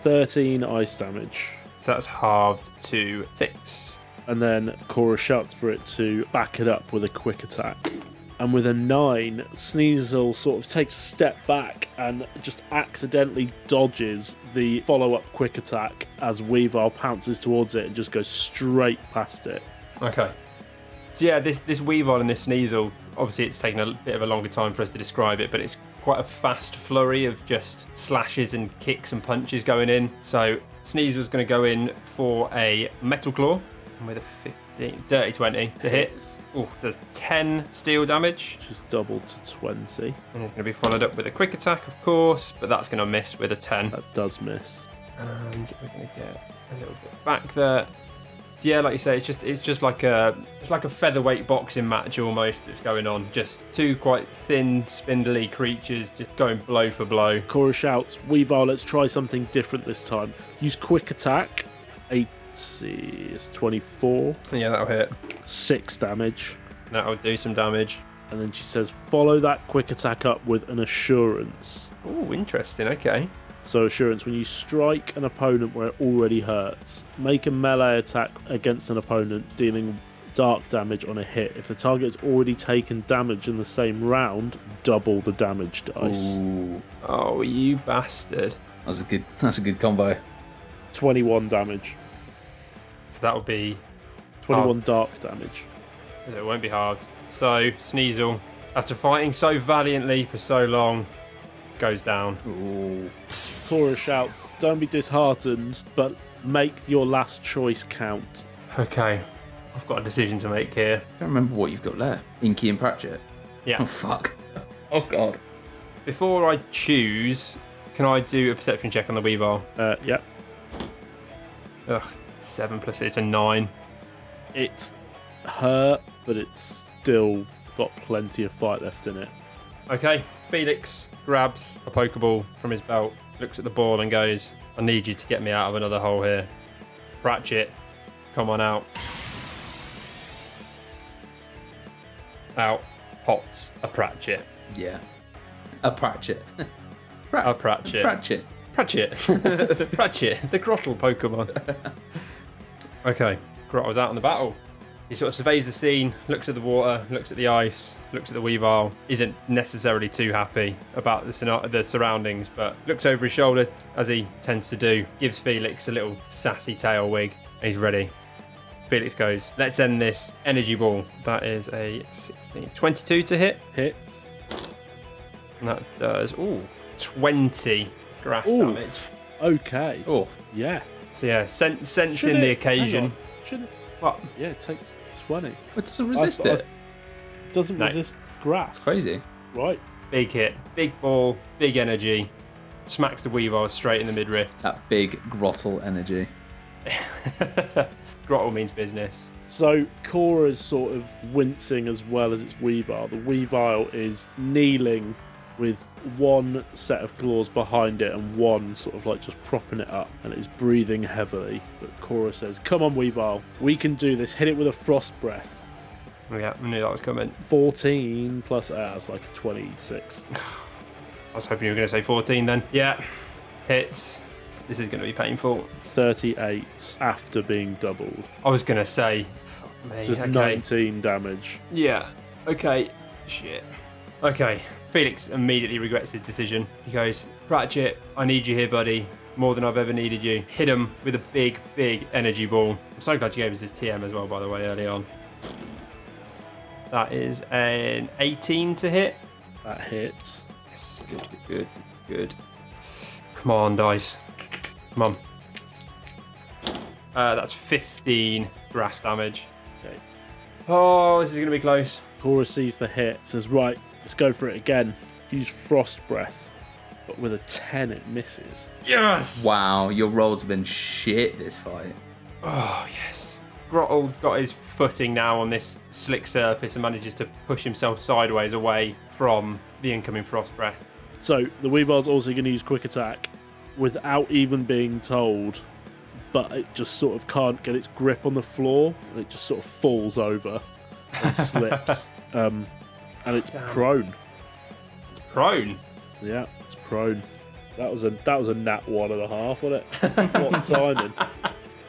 Speaker 1: 13 ice damage.
Speaker 3: So that's halved to 6.
Speaker 1: And then Cora shouts for it to back it up with a quick attack. And with a nine, Sneasel sort of takes a step back and just accidentally dodges the follow up quick attack as Weavile pounces towards it and just goes straight past it.
Speaker 3: Okay. So yeah, this this Weavile and this Sneasel. Obviously, it's taken a bit of a longer time for us to describe it, but it's quite a fast flurry of just slashes and kicks and punches going in. So Sneasel's going to go in for a Metal Claw and with a 15, dirty 20 to hit. Oh, does 10 steel damage,
Speaker 1: Which is doubled to 20.
Speaker 3: and it's going to be followed up with a Quick Attack, of course, but that's going to miss with a 10
Speaker 1: That does miss.
Speaker 3: and we're gonna get a little bit back there. So yeah, like you say, it's just it's just like a it's like a featherweight boxing match almost that's going on. Just two quite thin, spindly creatures just going blow for blow.
Speaker 1: Cora shouts, Weavile, let's try something different this time. Use quick attack. 80 is 24.
Speaker 3: Yeah, that'll hit.
Speaker 1: 6 damage.
Speaker 3: That'll do some damage.
Speaker 1: And then she says, follow that quick attack up with an assurance.
Speaker 3: Oh, interesting. Okay.
Speaker 1: So, assurance, when you strike an opponent where it already hurts, make a melee attack against an opponent dealing dark damage on a hit. If the target has already taken damage in the same round, double the damage dice.
Speaker 2: Ooh.
Speaker 3: Oh, you bastard.
Speaker 2: That was a good. That's a good combo.
Speaker 1: 21 damage.
Speaker 3: So that'll be
Speaker 1: 21 dark damage.
Speaker 3: it won't be hard. So Sneasel, after fighting so valiantly for so long, goes down.
Speaker 2: Ooh.
Speaker 1: Cora shouts, Don't be disheartened, but make your last choice count.
Speaker 3: Okay. I've got a decision to make here.
Speaker 2: I don't remember what you've got left. Inky and Pratchett.
Speaker 3: Yeah.
Speaker 2: Oh fuck. Oh god.
Speaker 3: Before I choose, can I do a perception check on the Weavile?
Speaker 1: Uh, yep,
Speaker 3: Ugh, seven plus it's a nine.
Speaker 1: it's hurt, but it's still got plenty of fight left in it.
Speaker 3: Okay, Felix grabs a Pokeball from his belt, looks at the ball, and goes, I need you to get me out of another hole here. Pratchett, come on out. Out pops a Pratchett.
Speaker 2: Yeah. A Pratchett.
Speaker 3: A Pratchett.
Speaker 2: Pratchett.
Speaker 3: Pratchett. Pratchett, the Grottle Pokemon. okay, Grottle's out on the battle. He sort of surveys the scene, looks at the water, looks at the ice, looks at the Weavile. Isn't necessarily too happy about the, sino- the surroundings, but looks over his shoulder as he tends to do. Gives Felix a little sassy tail wig, and he's ready. Felix goes, "Let's end this energy ball." That is a 16, 22 to hit,
Speaker 1: Hits.
Speaker 3: and that does ooh 20 grass
Speaker 1: Ooh.
Speaker 3: damage.
Speaker 1: Okay.
Speaker 2: Oh.
Speaker 1: Yeah.
Speaker 3: So yeah, sen- sensing the occasion.
Speaker 1: Shouldn't.
Speaker 3: What?
Speaker 1: Yeah, it takes 20.
Speaker 2: It doesn't resist
Speaker 1: I've-
Speaker 2: it.
Speaker 1: I've- doesn't
Speaker 3: No.
Speaker 1: resist grass.
Speaker 2: Crazy.
Speaker 1: Right.
Speaker 3: Big hit, big ball, big energy. smacks the Weavile straight in the midriff.
Speaker 2: That big grottle energy.
Speaker 3: Grottle means business.
Speaker 1: So Cora's sort of wincing as well as its Weavile. The Weavile is kneeling with one set of claws behind it and one sort of like just propping it up and it's breathing heavily. But Cora says, Come on, Weavile, we can do this. Hit it with a frost breath.
Speaker 3: Yeah, I knew that was coming.
Speaker 1: 14 plus eight, that's like a 26.
Speaker 3: I was hoping you were going to say 14 then. Yeah, hits. This is going to be painful.
Speaker 1: 38 after being doubled.
Speaker 3: I was going to say, fuck me.
Speaker 1: So it's
Speaker 3: okay.
Speaker 1: 19 damage.
Speaker 3: Yeah. Okay. Shit. Okay. Felix immediately regrets his decision. He goes, Pratchett, I need you here, buddy. More than I've ever needed you. Hit him with a big, big energy ball. I'm so glad you gave us this TM as well, by the way, early on. That is an 18 to hit.
Speaker 1: That hits.
Speaker 3: Yes, good, good, good. Come on, dice. Come on. Uh, that's 15 grass damage.
Speaker 1: Okay.
Speaker 3: Oh, this is going to be close.
Speaker 1: Cora sees the hit, says, Right, let's go for it again. Use frost breath. But with a 10, it misses.
Speaker 3: Yes!
Speaker 2: Wow, your rolls have been shit this fight.
Speaker 3: Oh, yes. Grottle's got his footing now on this slick surface and manages to push himself sideways away from the incoming frost breath.
Speaker 1: So the Weavile's also going to use quick attack without even being told, but it just sort of can't get its grip on the floor. and It just sort of falls over and slips. um, and it's prone.
Speaker 3: It's prone.
Speaker 1: Yeah, it's prone. That was a that was a nat one and a half, wasn't it? what timing?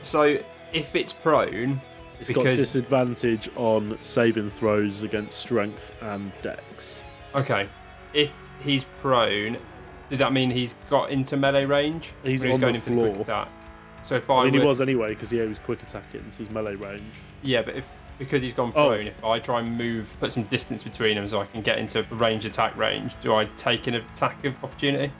Speaker 3: So if it's prone,
Speaker 1: It's got
Speaker 3: because
Speaker 1: disadvantage on saving throws against strength and dex.
Speaker 3: okay, if he's prone, did that mean he's got into melee range?
Speaker 1: He's
Speaker 3: Or
Speaker 1: on the
Speaker 3: going in for the
Speaker 1: floor.
Speaker 3: quick attack. So if
Speaker 1: I
Speaker 3: I,
Speaker 1: mean, he
Speaker 3: were-
Speaker 1: was anyway because he was quick attacking, so he's melee range.
Speaker 3: yeah, but if because he's gone
Speaker 1: Oh.
Speaker 3: prone, if I try and move, put some distance between him so I can get into range attack range, do I take an attack of opportunity?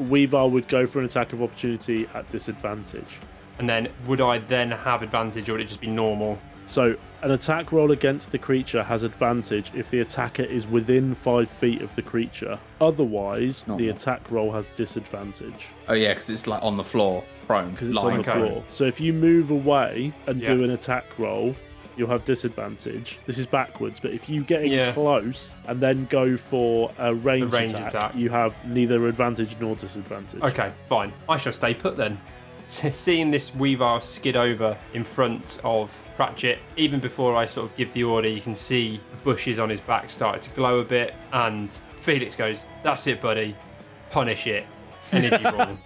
Speaker 1: Weavar would go for an attack of opportunity at disadvantage.
Speaker 3: And then would I then have advantage or would it just be normal?
Speaker 1: So, an attack roll against the creature has advantage if the attacker is within five feet of the creature. Otherwise,
Speaker 2: Not
Speaker 1: the
Speaker 2: well.
Speaker 1: attack roll has disadvantage
Speaker 2: Oh yeah, because it's like on the floor, prone,
Speaker 1: because it's
Speaker 2: lying
Speaker 1: on the
Speaker 3: Okay.
Speaker 2: prone.
Speaker 1: floor. So, if you move away and do
Speaker 3: Yeah.
Speaker 1: an attack roll, you'll have disadvantage. This is backwards, but if you get in
Speaker 3: Yeah.
Speaker 1: close and then go for a range,
Speaker 3: range
Speaker 1: attack,
Speaker 3: attack.
Speaker 1: you have neither advantage nor disadvantage.
Speaker 3: Okay, fine. I shall stay put then. Seeing this Weavile skid over in front of Pratchett, even before I sort of give the order, you can see the bushes on his back started to glow a bit. And Felix goes, That's it, buddy. Punish it. Energy roll.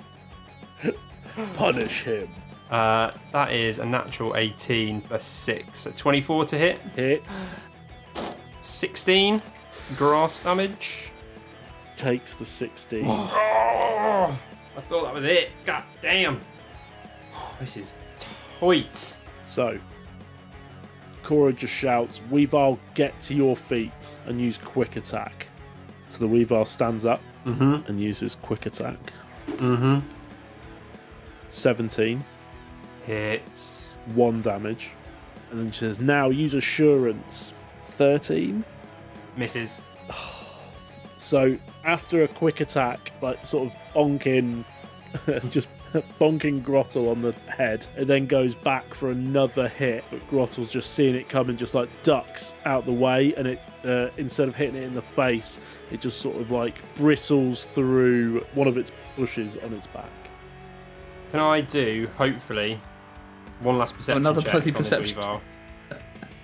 Speaker 1: Punish him.
Speaker 3: Uh, that is a natural 18 plus 6. So 24 to hit.
Speaker 1: Hits.
Speaker 3: 16 grass damage.
Speaker 1: Takes the 16.
Speaker 3: Oh, I thought that was it. God damn. This is tight.
Speaker 1: So, Cora just shouts, Weavile, get to your feet and use quick attack. So the Weavile stands up
Speaker 3: Mm-hmm.
Speaker 1: and uses quick attack. Mm-hmm. 17,
Speaker 3: Hits.
Speaker 1: 1 damage. And then she says, now use assurance. 13.
Speaker 3: Misses.
Speaker 1: So after a quick attack, like sort of bonking, just bonking Grottle on the head, it then goes back for another hit. But Grottle's just seeing it coming, just like ducks out the way, and it uh, instead of hitting it in the face, it just sort of like bristles through one of its bushes on its back.
Speaker 3: Can I do, hopefully, one last perception
Speaker 2: Another
Speaker 3: check
Speaker 2: bloody
Speaker 3: on this
Speaker 2: perception.
Speaker 3: Weavile?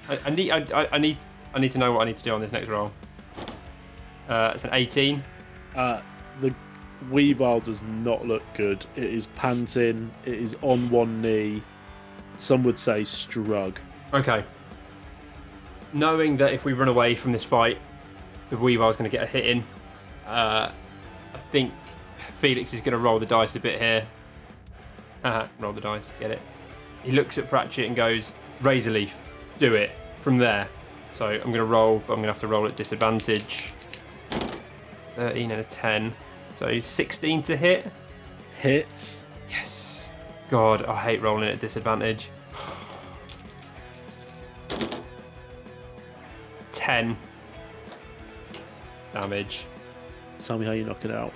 Speaker 3: I, I need, I, I- I need, I need to know what I need to do on this next roll. Uh, it's an 18.
Speaker 1: Uh, the Weavile does not look good. It is panting. It is on one knee. Some would say strug.
Speaker 3: Okay. Knowing that if we run away from this fight, the Weavile's going to get a hit in, uh, I think Felix is going to roll the dice a bit here. Haha, roll the dice, get it. He looks at Pratchett and goes, Razor Leaf, do it from there. So I'm going to roll, but I'm going to have to roll at disadvantage. 13 and a 10. So 16 to hit.
Speaker 1: Hits.
Speaker 3: Yes. God, I hate rolling at disadvantage. 10 damage.
Speaker 1: Tell me how you knock it out.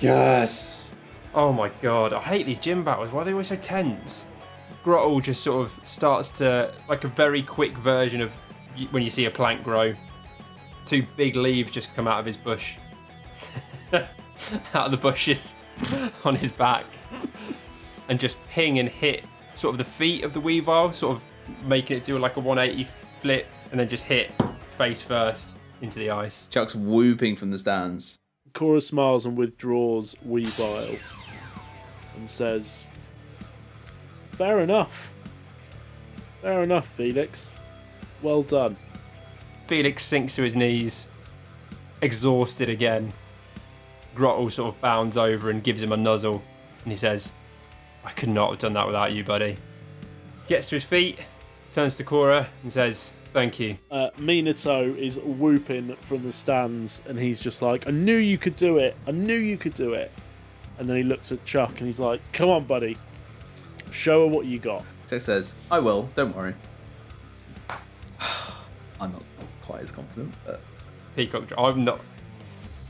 Speaker 1: Yes.
Speaker 3: Oh my god, I hate these gym battles. Why are they always so tense? Grottle just sort of starts to like a very quick version of y- when you see a plant grow. Two big leaves just come out of his bush, out of the bushes on his back, and just ping and hit sort of the feet of the Weavile, sort of making it do like a 180 flip, and then just hit face first into the ice.
Speaker 2: Chuck's whooping from the stands.
Speaker 1: Cora smiles and withdraws Weavile and says, Fair enough. Fair enough, Felix. Well done.
Speaker 3: Felix sinks to his knees, exhausted again. Grottle sort of bounds over and gives him a nuzzle, and he says, I could not have done that without you, buddy. Gets to his feet, turns to Cora, and says, Thank you.
Speaker 1: Uh, Minato is whooping from the stands and he's just like, I knew you could do it. I knew you could do it. And then he looks at Chuck and he's like, Come on, buddy. Show her what you got.
Speaker 2: Chuck says, I will, don't worry. I'm not quite as confident, but
Speaker 3: Peacock, dr- I'm not.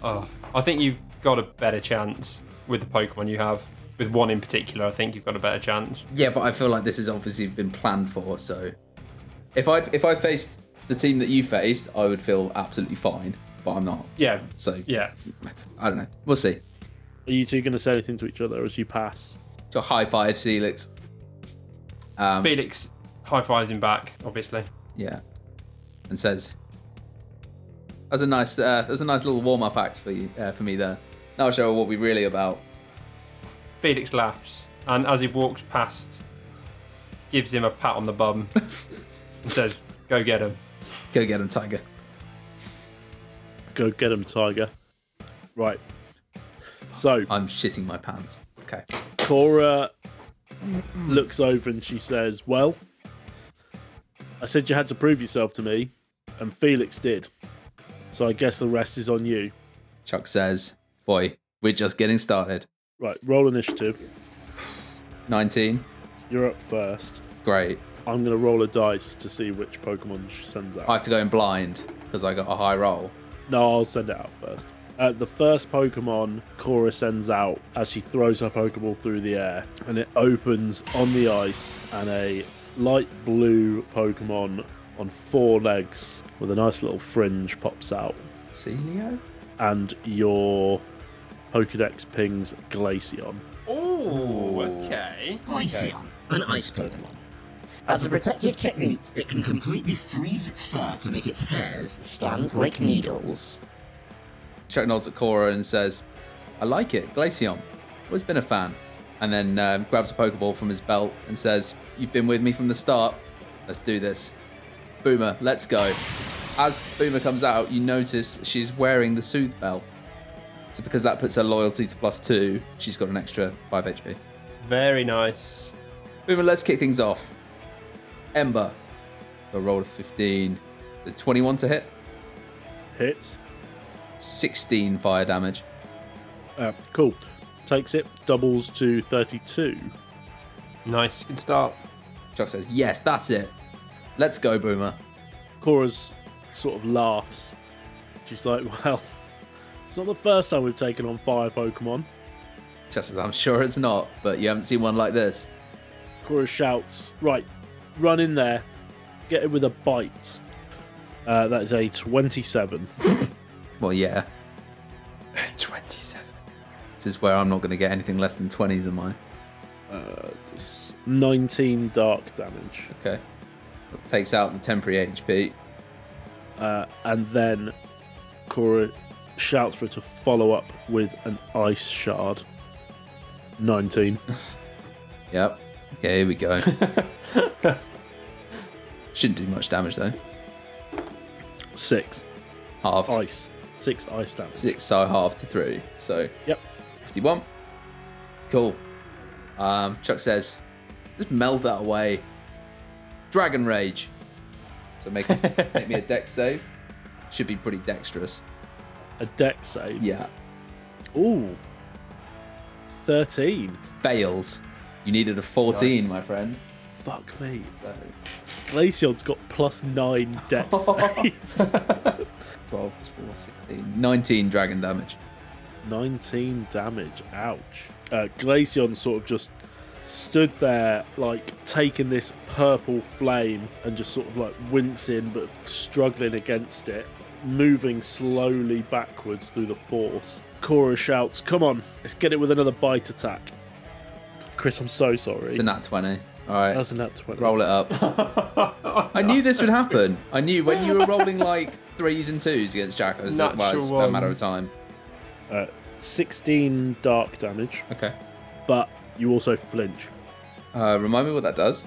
Speaker 3: Oh, I think you've got a better chance with the Pokemon you have. With one in particular, I think you've got a better chance.
Speaker 2: Yeah, but I feel like this has obviously been planned for. So, if I if I faced the team that you faced, I would feel absolutely fine. But I'm not.
Speaker 3: Yeah,
Speaker 2: So
Speaker 3: yeah.
Speaker 2: I don't know. We'll see.
Speaker 1: Are you two going to say anything to each other as you pass?
Speaker 2: So high five, Felix. Um,
Speaker 3: Felix high fives him back, obviously.
Speaker 2: yeah, and says, "That's a nice uh, that's a nice little warm up act for you uh, for me there. Now I'll show her what we're really about."
Speaker 3: Felix laughs and as he walks past, gives him a pat on the bum and says, Go get him.
Speaker 2: Go get him, Tiger.
Speaker 1: Go get him, Tiger. Right. So,
Speaker 2: I'm shitting my pants. Okay.
Speaker 1: Cora looks over and she says, Well, I said you had to prove yourself to me, and Felix did. So I guess the rest is on you.
Speaker 2: Chuck says, "Boy, we're just getting started."
Speaker 1: Right, roll initiative.
Speaker 2: 19.
Speaker 1: You're up first.
Speaker 2: Great.
Speaker 1: I'm going to roll a dice to see which Pokemon she sends out.
Speaker 2: I have to go in blind because I got a high roll.
Speaker 1: No, I'll send it out first. Uh, the first Pokemon Cora sends out as she throws her Pokeball through the air, and it opens on the ice, and a light blue Pokemon on four legs with a nice little fringe pops out,
Speaker 2: See, Leo?
Speaker 1: and your Pokedex pings Glaceon.
Speaker 3: Oh, okay.
Speaker 4: Glaceon, an ice Pokemon. As a protective technique, it can completely freeze its fur to make its hairs stand like needles.
Speaker 2: Chuck nods at Cora and says, I like it, Glaceon. Always been a fan. And then um, grabs a Pokeball from his belt and says, You've been with me from the start. Let's do this. Boomer, let's go. As Boomer comes out, you notice she's wearing the Soothe Belt. So because that puts her loyalty to plus two, she's got an extra 5 HP.
Speaker 3: Very nice.
Speaker 2: Boomer, let's kick things off. Ember, a roll of 15. The 21 to hit,
Speaker 1: Hits.
Speaker 2: 16 fire damage.
Speaker 1: Uh, cool. Takes it, doubles to 32.
Speaker 3: Nice. Good start.
Speaker 2: Chuck says, Yes, that's it. Let's go, Boomer.
Speaker 1: Cora's sort of laughs. She's like, well, it's not the first time we've taken on fire Pokemon.
Speaker 2: Chuck says, I'm sure it's not, but you haven't seen one like this.
Speaker 1: Cora shouts, right, run in there, get it with a bite. Uh, that is a 27.
Speaker 2: Well, yeah,
Speaker 3: 27.
Speaker 2: this is where I'm not going to get anything less than 20s, am I?
Speaker 1: 19 dark damage.
Speaker 2: Okay. That takes out the temporary HP.
Speaker 1: Uh, and then Cora shouts for it to follow up with an ice shard. 19.
Speaker 2: Yep. Okay, here we go. Shouldn't do much damage, though.
Speaker 1: 6.
Speaker 2: Halved.
Speaker 1: Ice. 6 ice damage.
Speaker 2: Six, so halved to three. So
Speaker 1: Yep.
Speaker 2: 51. Cool. Um, Chuck says, just meld that away. Dragon Rage. So make, make me a deck save. Should be pretty dexterous.
Speaker 1: A deck save.
Speaker 2: Yeah.
Speaker 1: Ooh. 13.
Speaker 2: Fails. You needed a 14,
Speaker 3: Nice.
Speaker 2: my friend.
Speaker 1: Fuck me.
Speaker 2: So
Speaker 1: Glaceon's got plus 9 dex save.
Speaker 2: 12, 12, 16, 19 dragon damage.
Speaker 1: 19 damage. Ouch. Uh, Glaceon sort of just stood there, like taking this purple flame and just sort of like wincing but struggling against it, moving slowly backwards through the force. Cora shouts, Come on, let's get it with another bite attack. Chris, I'm so sorry.
Speaker 2: It's a nat 20. All right.
Speaker 1: That's a nat 20.
Speaker 2: Roll it up. I knew this would happen. I knew when you were rolling like threes and twos against Jack, I was like, well, it's
Speaker 3: Natural
Speaker 2: a matter of
Speaker 3: ones.
Speaker 2: time.
Speaker 1: 16 dark damage,
Speaker 2: Okay.
Speaker 1: but you also flinch.
Speaker 2: Uh, remind me what that does.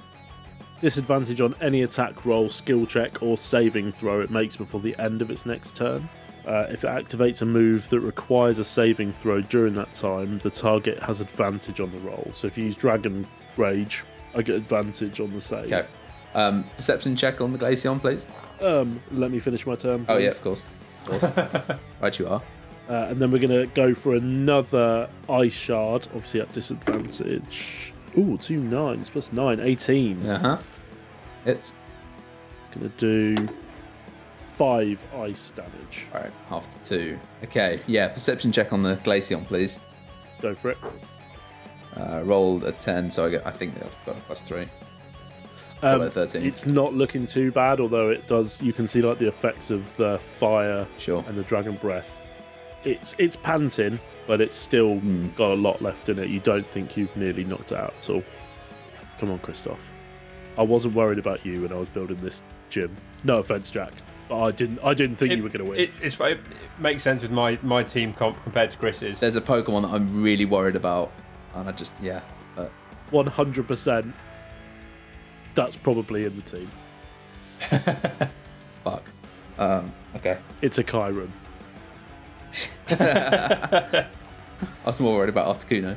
Speaker 1: Disadvantage on any attack roll, skill check, or saving throw it makes before the end of its next turn. Uh, if it activates a move that requires a saving throw during that time, the target has advantage on the roll. So if you use Dragon Rage, I get advantage on the save.
Speaker 2: Okay. Um, deception check on the Glaceon, please.
Speaker 1: Um, let me finish my turn.
Speaker 2: Oh, yeah,
Speaker 1: please.
Speaker 2: of course. Of course. right, you are.
Speaker 1: Uh, and then we're going to go for another Ice Shard, obviously at disadvantage. Ooh, two nines plus nine, 18.
Speaker 2: Uh huh. It's.
Speaker 1: Gonna do five ice damage.
Speaker 2: All right, half to two. Okay, yeah, perception check on the Glaceon, please.
Speaker 1: Go for it.
Speaker 2: Uh, rolled a 10, so I, get, I think I've got a plus three.
Speaker 1: Um,
Speaker 2: about 13?
Speaker 1: It's not looking too bad, although it does. You can see like the effects of the fire
Speaker 2: Sure.
Speaker 1: and the dragon breath. It's it's panting, but it's still
Speaker 2: Hmm.
Speaker 1: got a lot left in it. You don't think you've nearly knocked it out at all. Come on, Christoph. I wasn't worried about you when I was building this gym. No offense, Jack, but I didn't. I didn't think you were going to win.
Speaker 3: It's, it's, it makes sense with my, my team comp compared to Chris's.
Speaker 2: There's a Pokemon that I'm really worried about, and I just, yeah. uh, But
Speaker 1: One hundred percent. That's probably in the team.
Speaker 2: Fuck. Um, okay.
Speaker 1: It's a Chiron.
Speaker 2: I was more worried about Articuno.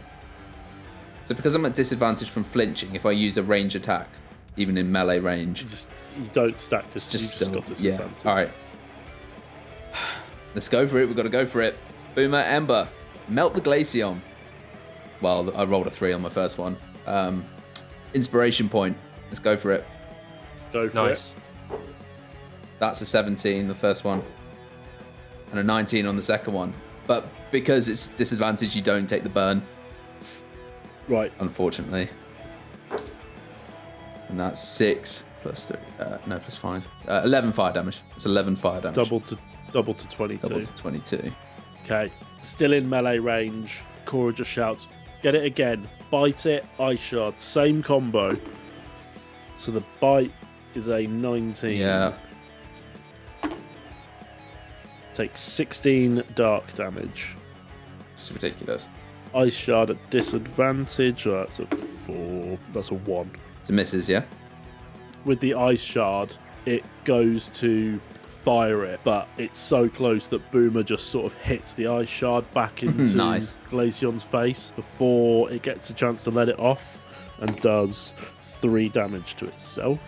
Speaker 2: So because I'm at disadvantage from flinching, if I use a range attack, even in melee range, it's
Speaker 1: just you don't stack this.
Speaker 2: just
Speaker 1: you just
Speaker 2: still
Speaker 1: got this
Speaker 2: yeah.
Speaker 1: advantage.
Speaker 2: All right, let's go for it. We've got to go for it. Boomer, Ember, melt the glacium. Well, I rolled a three on my first one. Um, inspiration point. Let's go for it.
Speaker 1: Go for
Speaker 3: nice.
Speaker 2: That's a 17, the first one, and a 19 on the second one. But because it's disadvantage, you don't take the burn.
Speaker 1: it. Right.
Speaker 2: unfortunately. And that's six plus three. Uh, no, plus five. Uh, 11 fire damage. It's 11 fire damage.
Speaker 1: Double to double to twenty-two.
Speaker 2: Double to 22.
Speaker 1: Okay. Still in melee range. Cora just shouts, "Get it again! Bite it! Ice shard. Same combo." So the bite is a nineteen.
Speaker 2: Yeah.
Speaker 1: Takes sixteen dark damage.
Speaker 2: It's ridiculous.
Speaker 1: Ice shard at disadvantage. Oh, that's a four. That's a one.
Speaker 2: So misses, yeah?
Speaker 1: with the ice shard, it goes to fire it, but it's so close that Boomer just sort of hits the ice shard back into
Speaker 2: Nice.
Speaker 1: Glaceon's face before it gets a chance to let it off and does three damage to itself.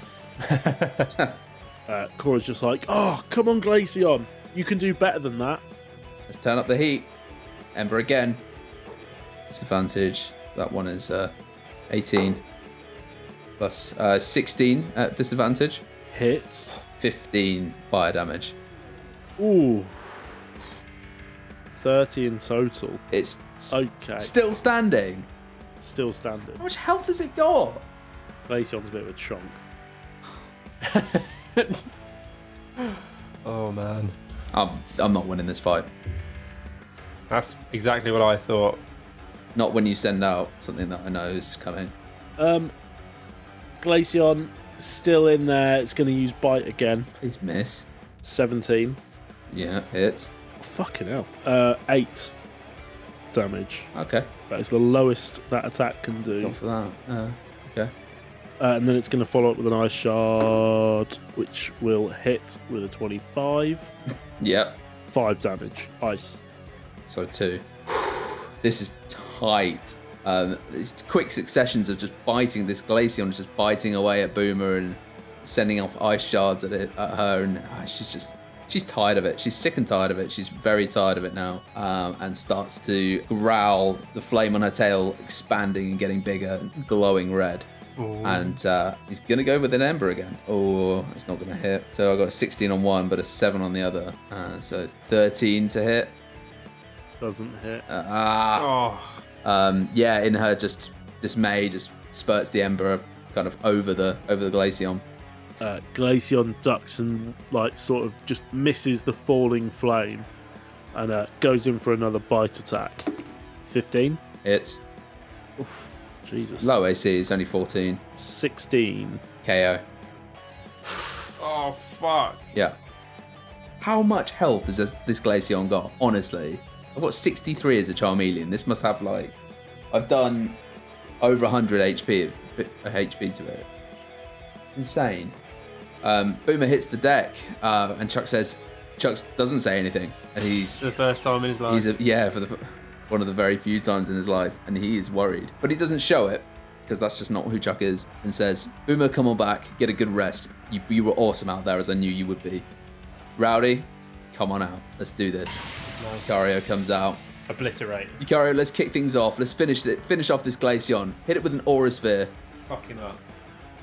Speaker 1: uh, Cora's just like, oh, come on, Glaceon. You can do better than that.
Speaker 2: Let's turn up the heat. Ember again. Disadvantage. That one is uh, 18 plus uh, 16 at disadvantage.
Speaker 1: Hits.
Speaker 2: 15 fire damage.
Speaker 1: Ooh. 30 in total.
Speaker 2: It's s-
Speaker 1: Okay.
Speaker 2: still standing.
Speaker 1: Still standard.
Speaker 2: How much health has it got?
Speaker 1: Glaceon's a bit of a chonk.
Speaker 3: Oh, man.
Speaker 2: I'm, I'm not winning this fight.
Speaker 3: That's exactly what I thought.
Speaker 2: Not when you send out something that I know is coming.
Speaker 1: Um, Glaceon still in there. It's going to use bite again.
Speaker 2: Please miss.
Speaker 1: Seventeen.
Speaker 2: Yeah, hits.
Speaker 1: Fucking hell. Uh, eight damage.
Speaker 2: Okay,
Speaker 1: That is the lowest that attack can
Speaker 2: go
Speaker 1: do.
Speaker 2: for that. Uh, okay.
Speaker 1: Uh, and then it's going to follow up with an ice shard, which will hit with a twenty-five.
Speaker 2: Yep.
Speaker 1: Five damage. Ice.
Speaker 2: So two. This is tight. Um, it's quick successions of just biting this glacier, just biting away at Boomer and sending off ice shards at, it, at her, and ah, she's just she's tired of it. She's sick and tired of it. She's very tired of it now, um, and starts to growl. The flame on her tail expanding and getting bigger, glowing red. And uh, he's gonna go with an ember again. Oh, it's not gonna hit. So I got a 16 on one, but a seven on the other. Uh, so 13 to hit.
Speaker 1: Doesn't hit.
Speaker 2: Ah.
Speaker 3: Oh,
Speaker 2: Um, yeah, in her just dismay, just spurts the ember kind of over the over the glacier.
Speaker 1: Uh, Glaceon ducks and like sort of just misses the falling flame, and uh, goes in for another bite attack. Fifteen.
Speaker 2: It's
Speaker 1: Jesus.
Speaker 2: low AC, it's only 14.
Speaker 1: Sixteen.
Speaker 2: KO.
Speaker 3: oh, fuck.
Speaker 2: Yeah. How much health has this, this Glaceon got? Honestly, I've got 63 as a Charmeleon. This must have like, I've done over 100 HP, of- uh, HP to it. Insane. Um, Boomer hits the deck, uh, and Chuck says, Chuck doesn't say anything, and he's
Speaker 3: For the first time in his life.
Speaker 2: he's a, yeah for the one of the very few times in his life, and he is worried, but he doesn't show it because that's just not who Chuck is, and says, "Boomer, come on back, get a good rest. You, you were awesome out there, as I knew you would be. Rowdy, come on out, let's do this." Cario comes out.
Speaker 3: Obliterate.
Speaker 2: Lucario, let's kick things off. Let's finish it. Finish off this Glaceon. Hit it with an Aura Sphere.
Speaker 3: Fuck him up.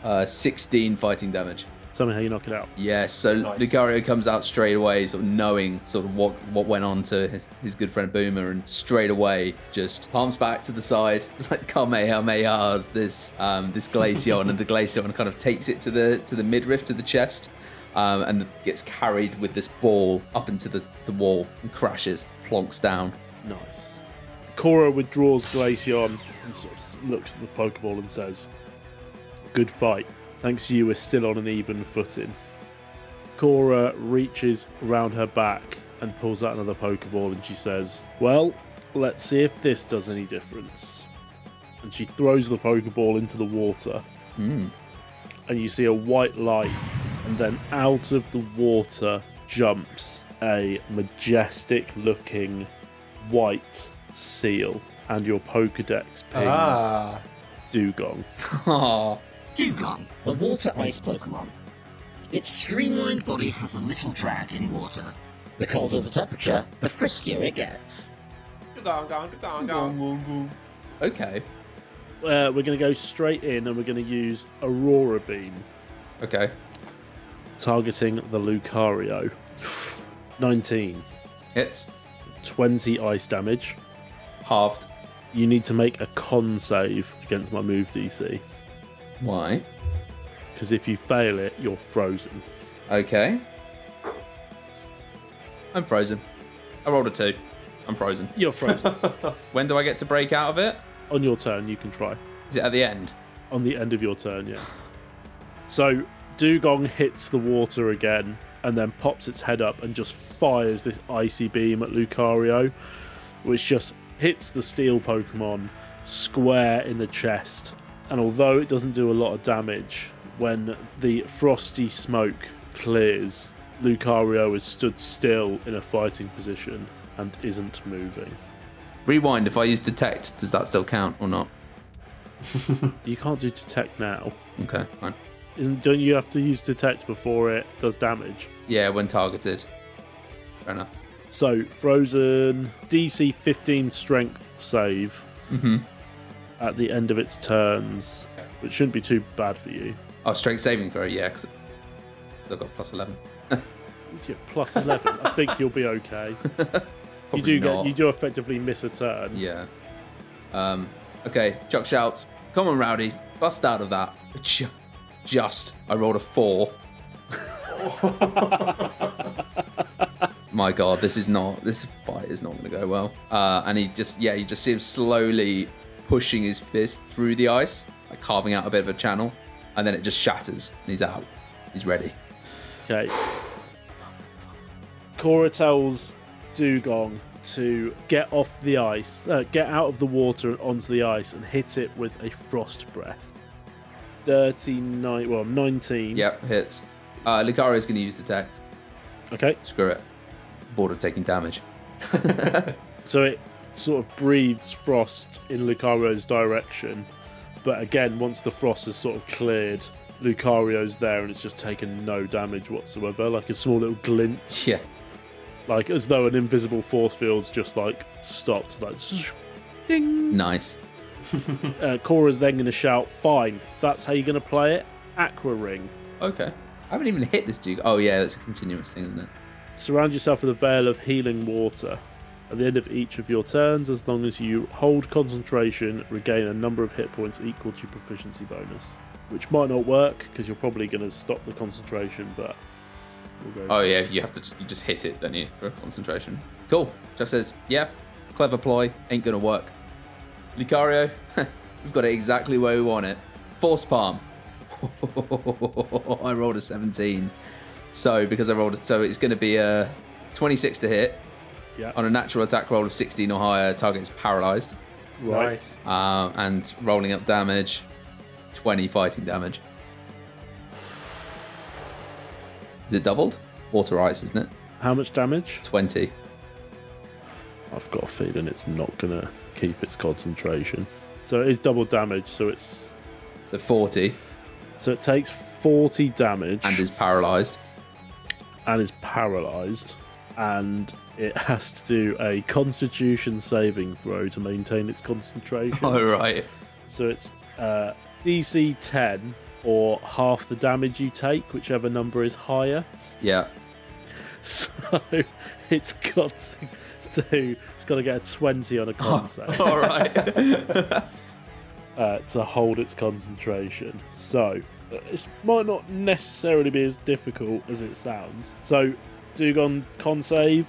Speaker 2: Uh, 16 fighting damage.
Speaker 1: Tell me how you knock it out.
Speaker 2: Yes, so
Speaker 3: Nice.
Speaker 2: Lucario comes out straight away, sort of knowing sort of what, what went on to his, his good friend Boomer, and straight away just palms back to the side, like Kamehamehas this um, this Glaceon, and the Glaceon kind of takes it to the to the midriff to the chest, um, and gets carried with this ball up into the, the wall and crashes, plonks down.
Speaker 1: Nice. Cora withdraws Glaceon and sort of s- looks at the Pokeball and says, Good fight. Thanks to you, we're still on an even footing. Cora reaches round her back and pulls out another Pokeball and she says, Well, let's see if this does any difference. And she throws the Pokeball into the water. And you see a white light, and then out of the water jumps a majestic looking white seal, and your Pokedex pings
Speaker 3: Ah.
Speaker 1: Dugong.
Speaker 2: Aw.
Speaker 4: Dugong, the water ice Pokemon. Its streamlined body has a little drag in water. The colder the temperature, the friskier it gets.
Speaker 2: Okay.
Speaker 1: Uh, we're going to go straight in, and we're going to use Aurora Beam,
Speaker 2: Okay.
Speaker 1: targeting the Lucario. 19,
Speaker 2: Hits.
Speaker 1: 20 ice damage.
Speaker 2: Halved.
Speaker 1: You need to make a con save against my move DC,
Speaker 2: Why?
Speaker 1: because if you fail it, you're frozen.
Speaker 2: Okay. I'm frozen. I rolled a two. I'm frozen.
Speaker 1: You're frozen.
Speaker 2: When do I get to break out of it?
Speaker 1: On your turn, you can try.
Speaker 2: Is it at the end?
Speaker 1: on the end of your turn, yeah. So Dugong hits the water again and then pops its head up and just fires this icy beam at Lucario, which just hits the steel Pokemon square in the chest. And although it doesn't do a lot of damage, when the frosty smoke clears, Lucario is stood still in a fighting position and isn't moving.
Speaker 2: Rewind. If I use detect, does that still count or not?
Speaker 1: You can't do detect now.
Speaker 2: Okay, fine.
Speaker 1: Isn't don't you have to use detect before it does damage?
Speaker 2: Yeah, when targeted. Fair enough.
Speaker 1: So frozen DC 15 strength save
Speaker 2: Mm-hmm.
Speaker 1: at the end of its turns, which shouldn't be too bad for you.
Speaker 2: Oh, strength saving throw. Yeah, because I've got plus eleven.
Speaker 1: Yeah, plus 11. I think you'll be okay.
Speaker 2: Probably
Speaker 1: You do
Speaker 2: not.
Speaker 1: get you do effectively miss a turn.
Speaker 2: Yeah. Um. Okay. Chuck shouts, "Come on, Rowdy, bust out of that!" Ju- Just. I rolled a four. My God, this is not. This fight is not going to go well. Uh, and he just, yeah, you just see him slowly pushing his fist through the ice, like carving out a bit of a channel, and then it just shatters. And he's out. He's ready.
Speaker 1: Okay. Cora tells Dugong to get off the ice, uh, get out of the water and onto the ice and hit it with a frost breath. Dirty nine, well, 19.
Speaker 2: Yep, hits. Uh, Lucario's going to use detect.
Speaker 1: Okay.
Speaker 2: Screw it. Bored of taking damage.
Speaker 1: So it sort of breathes frost in Lucario's direction. But again, once the frost is sort of cleared, Lucario's there and it's just taken no damage whatsoever, like a small little glint,
Speaker 2: Yeah.
Speaker 1: like as though an invisible force field's just like stopped, like swoosh, ding.
Speaker 2: Nice.
Speaker 1: Uh, Cora's then going to shout, "Fine, that's how you're going to play it." Aqua Ring.
Speaker 2: Okay. I haven't even hit this dude. Oh yeah, that's a continuous thing, isn't it?
Speaker 1: Surround yourself with a veil of healing water. At the end of each of your turns, as long as you hold concentration, regain a number of hit points equal to your proficiency bonus. Which might not work because you're probably going to stop the concentration, but we'll go.
Speaker 2: Oh yeah, you have to you just hit it, don't you, for concentration. Cool. Just says, yeah, clever ploy, ain't gonna work. Lucario, we've got it exactly where we want it. Force palm. I rolled a 17. So because I rolled it, so it's gonna be a 26 to hit.
Speaker 1: Yeah.
Speaker 2: On a natural attack roll of 16 or higher, target is paralyzed.
Speaker 1: right.
Speaker 2: Um, and rolling up damage, 20 fighting damage. Is it doubled? Water ice, isn't it?
Speaker 1: How much damage?
Speaker 2: 20.
Speaker 1: I've got a feeling it's not going to keep its concentration. So it is double damage, so it's
Speaker 2: So 40
Speaker 1: so it takes 40 damage
Speaker 2: and is paralyzed.
Speaker 1: and is paralyzed and it has to do a constitution saving throw to maintain its concentration.
Speaker 2: Oh, right.
Speaker 1: So it's uh, DC 10 or half the damage you take, whichever number is higher.
Speaker 2: Yeah.
Speaker 1: So it's got to do, it's got to get a 20 on a con save.
Speaker 2: All right.
Speaker 1: uh, to hold its concentration. So it might not necessarily be as difficult as it sounds. So Dugon con save.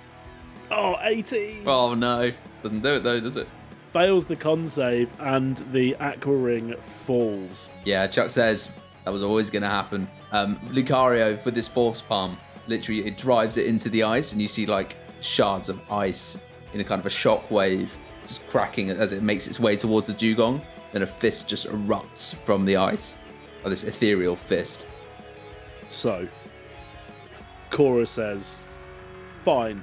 Speaker 1: Oh, 18!
Speaker 2: oh, no. Doesn't do it, though, does it?
Speaker 1: Fails the con save and the aqua ring falls.
Speaker 2: Yeah, Chuck says that was always going to happen. Um, Lucario, with his force palm, literally it drives it into the ice, and you see like shards of ice in a kind of a shock wave, just cracking as it makes its way towards the dugong. Then a fist just erupts from the ice, or this ethereal fist.
Speaker 1: So Cora says, Fine,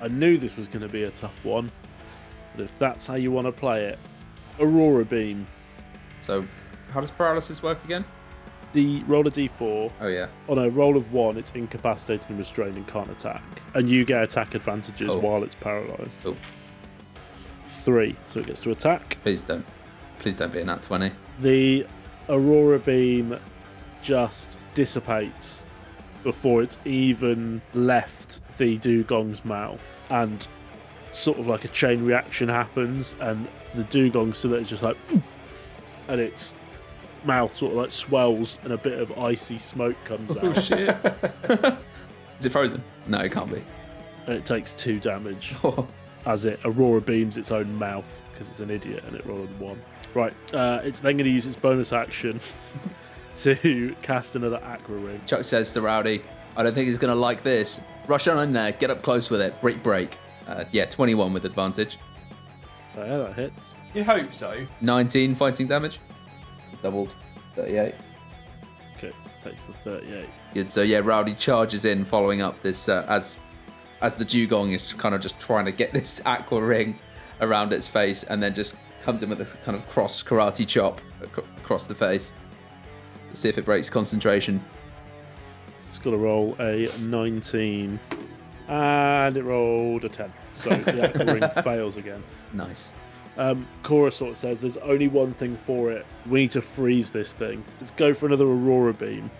Speaker 1: I knew this was going to be a tough one, but if that's how you want to play it, Aurora Beam.
Speaker 2: So, how does paralysis work again?
Speaker 1: D, roll a d4,
Speaker 2: Oh yeah.
Speaker 1: on a roll of one, it's incapacitated and restrained and can't attack. And you get attack advantages
Speaker 2: Oh.
Speaker 1: while it's paralyzed.
Speaker 2: Cool.
Speaker 1: Three, so it gets to attack.
Speaker 2: Please don't. Please don't be in that twenty.
Speaker 1: The Aurora Beam just dissipates before it's even left the Dugong's mouth. And sort of like a chain reaction happens, and the Dugong, so that it's just like, and its mouth sort of like swells, and a bit of icy smoke comes out.
Speaker 2: shit. Is it frozen? No, it can't be. Oh.
Speaker 1: and it takes two damage. as it Aurora beams its own mouth because it's an idiot and it rolled a one. Right, uh, it's then going to use its bonus action to cast another Aqua Ring.
Speaker 2: Chuck says to Rowdy, I don't think he's going to like this. Rush on in there, get up close with it, break, break. Uh, yeah, 21 with advantage.
Speaker 1: Oh, yeah, that hits.
Speaker 3: You hope so.
Speaker 2: 19 fighting damage. Doubled. 38.
Speaker 1: Okay, takes the 38.
Speaker 2: Good. So yeah, Rowdy charges in, following up this uh, as as the dugong is kind of just trying to get this aqua ring around its face, and then just comes in with this kind of cross karate chop ac- across the face. See if it breaks concentration.
Speaker 1: It's got to roll a 19 and it rolled a 10. So the Aqua Ring fails again.
Speaker 2: Nice.
Speaker 1: Um, Cora sort of says there's only one thing for it. We need to freeze this thing. Let's go for another Aurora Beam.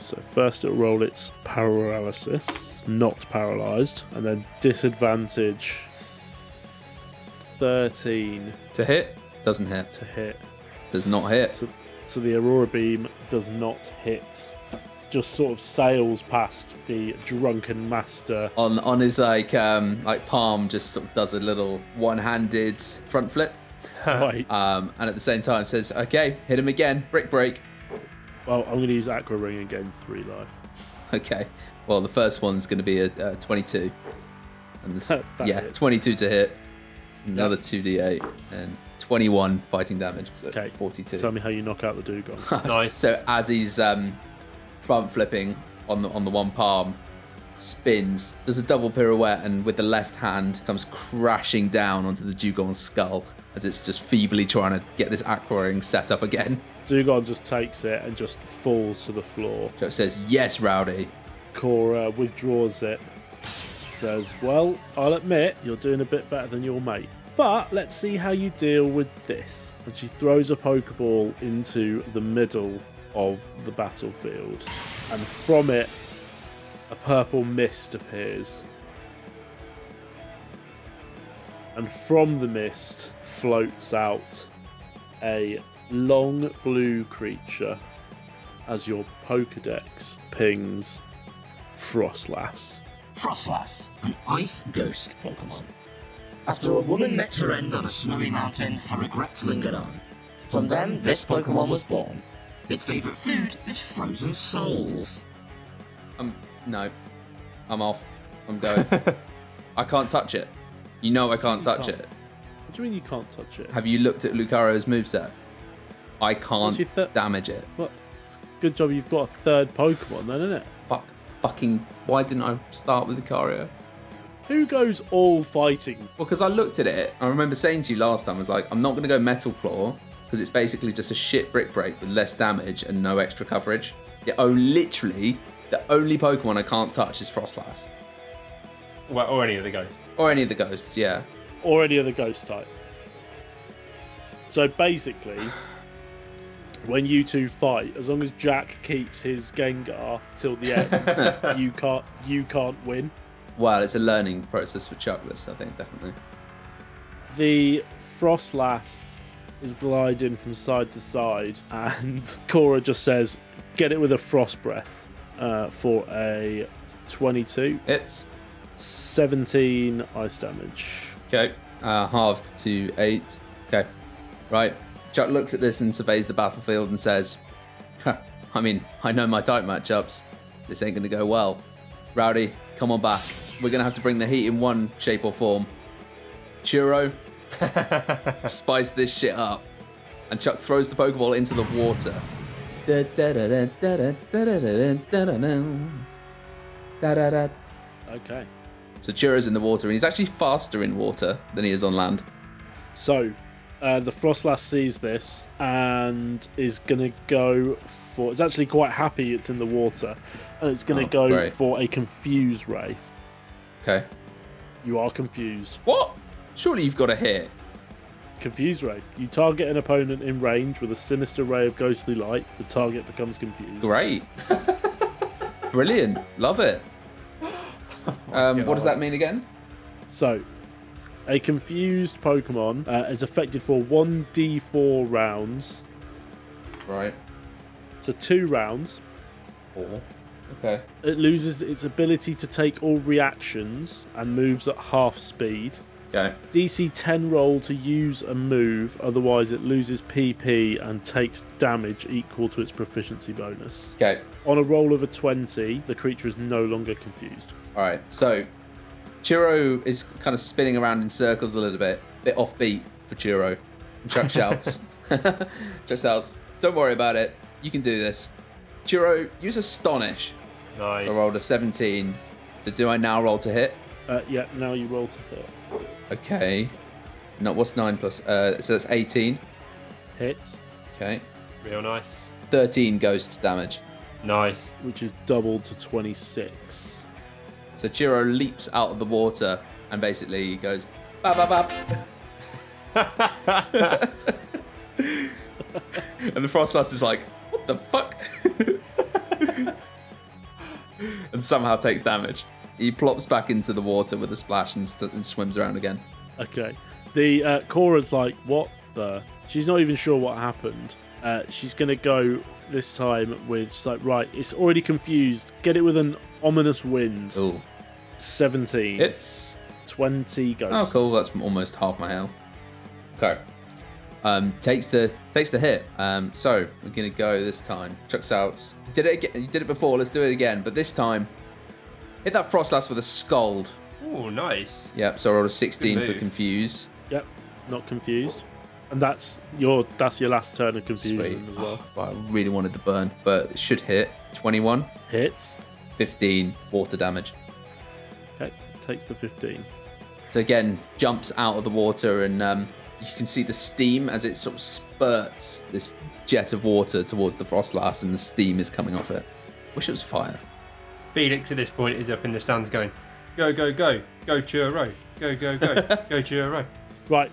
Speaker 1: So first it'll roll its paralysis, not paralyzed, and then disadvantage 13
Speaker 2: To hit doesn't hit.
Speaker 1: to hit.
Speaker 2: Does not hit.
Speaker 1: So, so the Aurora Beam does not hit. Just sort of sails past the drunken master.
Speaker 2: on on his like um like palm just sort of does a little one-handed front flip
Speaker 1: Right.
Speaker 2: um and at the same time says okay hit him again brick break
Speaker 1: Well, I'm going to use Aqua Ring and gain three life.
Speaker 2: okay well the first one's going to be a, a 22 and this
Speaker 1: That
Speaker 2: yeah
Speaker 1: hits.
Speaker 2: 22 to hit another 2d8 and 21 fighting damage so
Speaker 1: Okay.
Speaker 2: 42
Speaker 1: Tell me how you knock out the dugong.
Speaker 3: Nice.
Speaker 2: So as he's um, front flipping on the on the one palm, spins, does a double pirouette, and with the left hand comes crashing down onto the dugong's skull as it's just feebly trying to get this aqua ring set up again.
Speaker 1: Dugon just takes it and just falls to the floor.
Speaker 2: Joe says, "Yes, Rowdy."
Speaker 1: Cora uh, withdraws it, says, Well, I'll admit you're doing a bit better than your mate, but let's see how you deal with this. And she throws a Pokeball into the middle of the battlefield, and from it, a purple mist appears. and from the mist floats out a long blue creature as your Pokedex pings Frostlass.
Speaker 4: Frostlass, an ice ghost Pokemon. After a woman met her end on a snowy mountain, her regrets lingered on. From them, this Pokemon was born. Its favourite food is frozen souls.
Speaker 2: I'm Um, no. I'm off. I'm going. I can't touch it. You know I can't touch
Speaker 1: can't.
Speaker 2: it.
Speaker 1: What do you mean you can't touch it?
Speaker 2: Have you looked at Lucario's moveset? I can't
Speaker 1: your thir-
Speaker 2: damage it.
Speaker 1: Well, it's a good job you've got a third Pokemon then, isn't it?
Speaker 2: Fuck. Fucking. Why didn't I start with Lucario?
Speaker 1: Who goes all fighting?
Speaker 2: Well, because I looked at it, I remember saying to you last time, I was like, I'm not going to go Metal Claw because it's basically just a shit brick break with less damage and no extra coverage. Yeah, oh, literally, the only Pokemon I can't touch is Frostlass.
Speaker 3: Well, or any of the ghosts.
Speaker 2: Or any of the ghosts, yeah.
Speaker 1: or any other ghost type. So basically, when you two fight, as long as Jack keeps his Gengar till the end, you can't you can't win.
Speaker 2: Well, it's a learning process for Chuck, this, I think, definitely.
Speaker 1: The Frostlass is gliding from side to side, and Cora just says, "Get it with a frost breath uh, for a 22,
Speaker 2: It's
Speaker 1: 17 ice damage."
Speaker 2: Okay. Uh, halved to eight. Okay. Right. Chuck looks at this and surveys the battlefield and says, "Huh, I mean, I know my type matchups. This ain't going to go well. Rowdy, come on back. We're going to have to bring the heat in one shape or form. Churro, spice this shit up. And Chuck throws the Pokeball into the water. Da-da-da-da-da-da-da-da-da-da.
Speaker 1: Okay.
Speaker 2: So Churro's in the water, and he's actually faster in water than he is on land.
Speaker 1: So, uh, the Frostlass sees this and is going to go for. It's actually quite happy it's in the water. And it's going
Speaker 2: Oh,
Speaker 1: to go
Speaker 2: great.
Speaker 1: for a Confuse Ray.
Speaker 2: Okay.
Speaker 1: You are confused.
Speaker 2: What? Surely you've got a hit.
Speaker 1: Confuse Ray. You target an opponent in range with a sinister ray of ghostly light. The target becomes confused.
Speaker 2: Great. Brilliant. Love it. Um, what does that mean again?
Speaker 1: So, a confused Pokemon uh, is affected for 1d4 rounds.
Speaker 2: Right.
Speaker 1: So, two rounds.
Speaker 2: Four. Okay.
Speaker 1: It loses its ability to take all reactions and moves at half speed.
Speaker 2: Okay.
Speaker 1: DC 10 roll to use a move, otherwise, it loses PP and takes damage equal to its proficiency bonus.
Speaker 2: Okay.
Speaker 1: On a roll of a 20, the creature is no longer confused.
Speaker 2: All right. So Chiro is kind of spinning around in circles a little bit, bit offbeat for Chiro. And Chuck shouts, Chuck shouts, don't worry about it. You can do this. Chiro, use Astonish.
Speaker 3: Nice.
Speaker 2: I rolled a 17. So do I now roll to hit?
Speaker 1: Uh, yeah, now you roll to hit.
Speaker 2: Okay. No, what's nine plus? Uh, so that's 18.
Speaker 1: Hits,
Speaker 2: Okay.
Speaker 3: Real nice.
Speaker 2: 13 ghost damage.
Speaker 3: Nice.
Speaker 1: which is doubled to 26.
Speaker 2: So Chiro leaps out of the water and basically he goes, bap, bap, bap. and the Frostlass is like, what the fuck? and somehow takes damage. He plops back into the water with a splash and, st- and swims around again.
Speaker 1: Okay. The uh, Cora's like, what the? She's not even sure what happened. Uh, she's gonna go this time with she's like, right, it's already confused. Get it with an ominous wind.
Speaker 2: Ooh.
Speaker 1: 17,
Speaker 2: It's
Speaker 1: 20 ghosts.
Speaker 2: Oh, cool. That's almost half my health. Okay. Um, takes the takes the hit. Um, so we're gonna go this time. Chucks out. Did it again? You did it before. Let's do it again. But this time, hit that Frostlass with a scold.
Speaker 3: Oh, nice.
Speaker 2: Yep. So I rolled a 16
Speaker 3: Good
Speaker 2: for
Speaker 3: move.
Speaker 2: confuse.
Speaker 1: Yep, not confused. And that's your that's your last turn of
Speaker 2: Sweet.
Speaker 1: confusion as well.
Speaker 2: Oh, but I really wanted to burn, but it should hit. 21,
Speaker 1: Hits.
Speaker 2: 15 water damage.
Speaker 1: Okay, takes the 15.
Speaker 2: So again, jumps out of the water, and um, you can see the steam as it sort of spurts this jet of water towards the Frostlass, and the steam is coming off it. Wish it was fire.
Speaker 3: Felix at this point is up in the stands going, go, go, go, go, churro, go, go, go, go, churro.
Speaker 1: Right,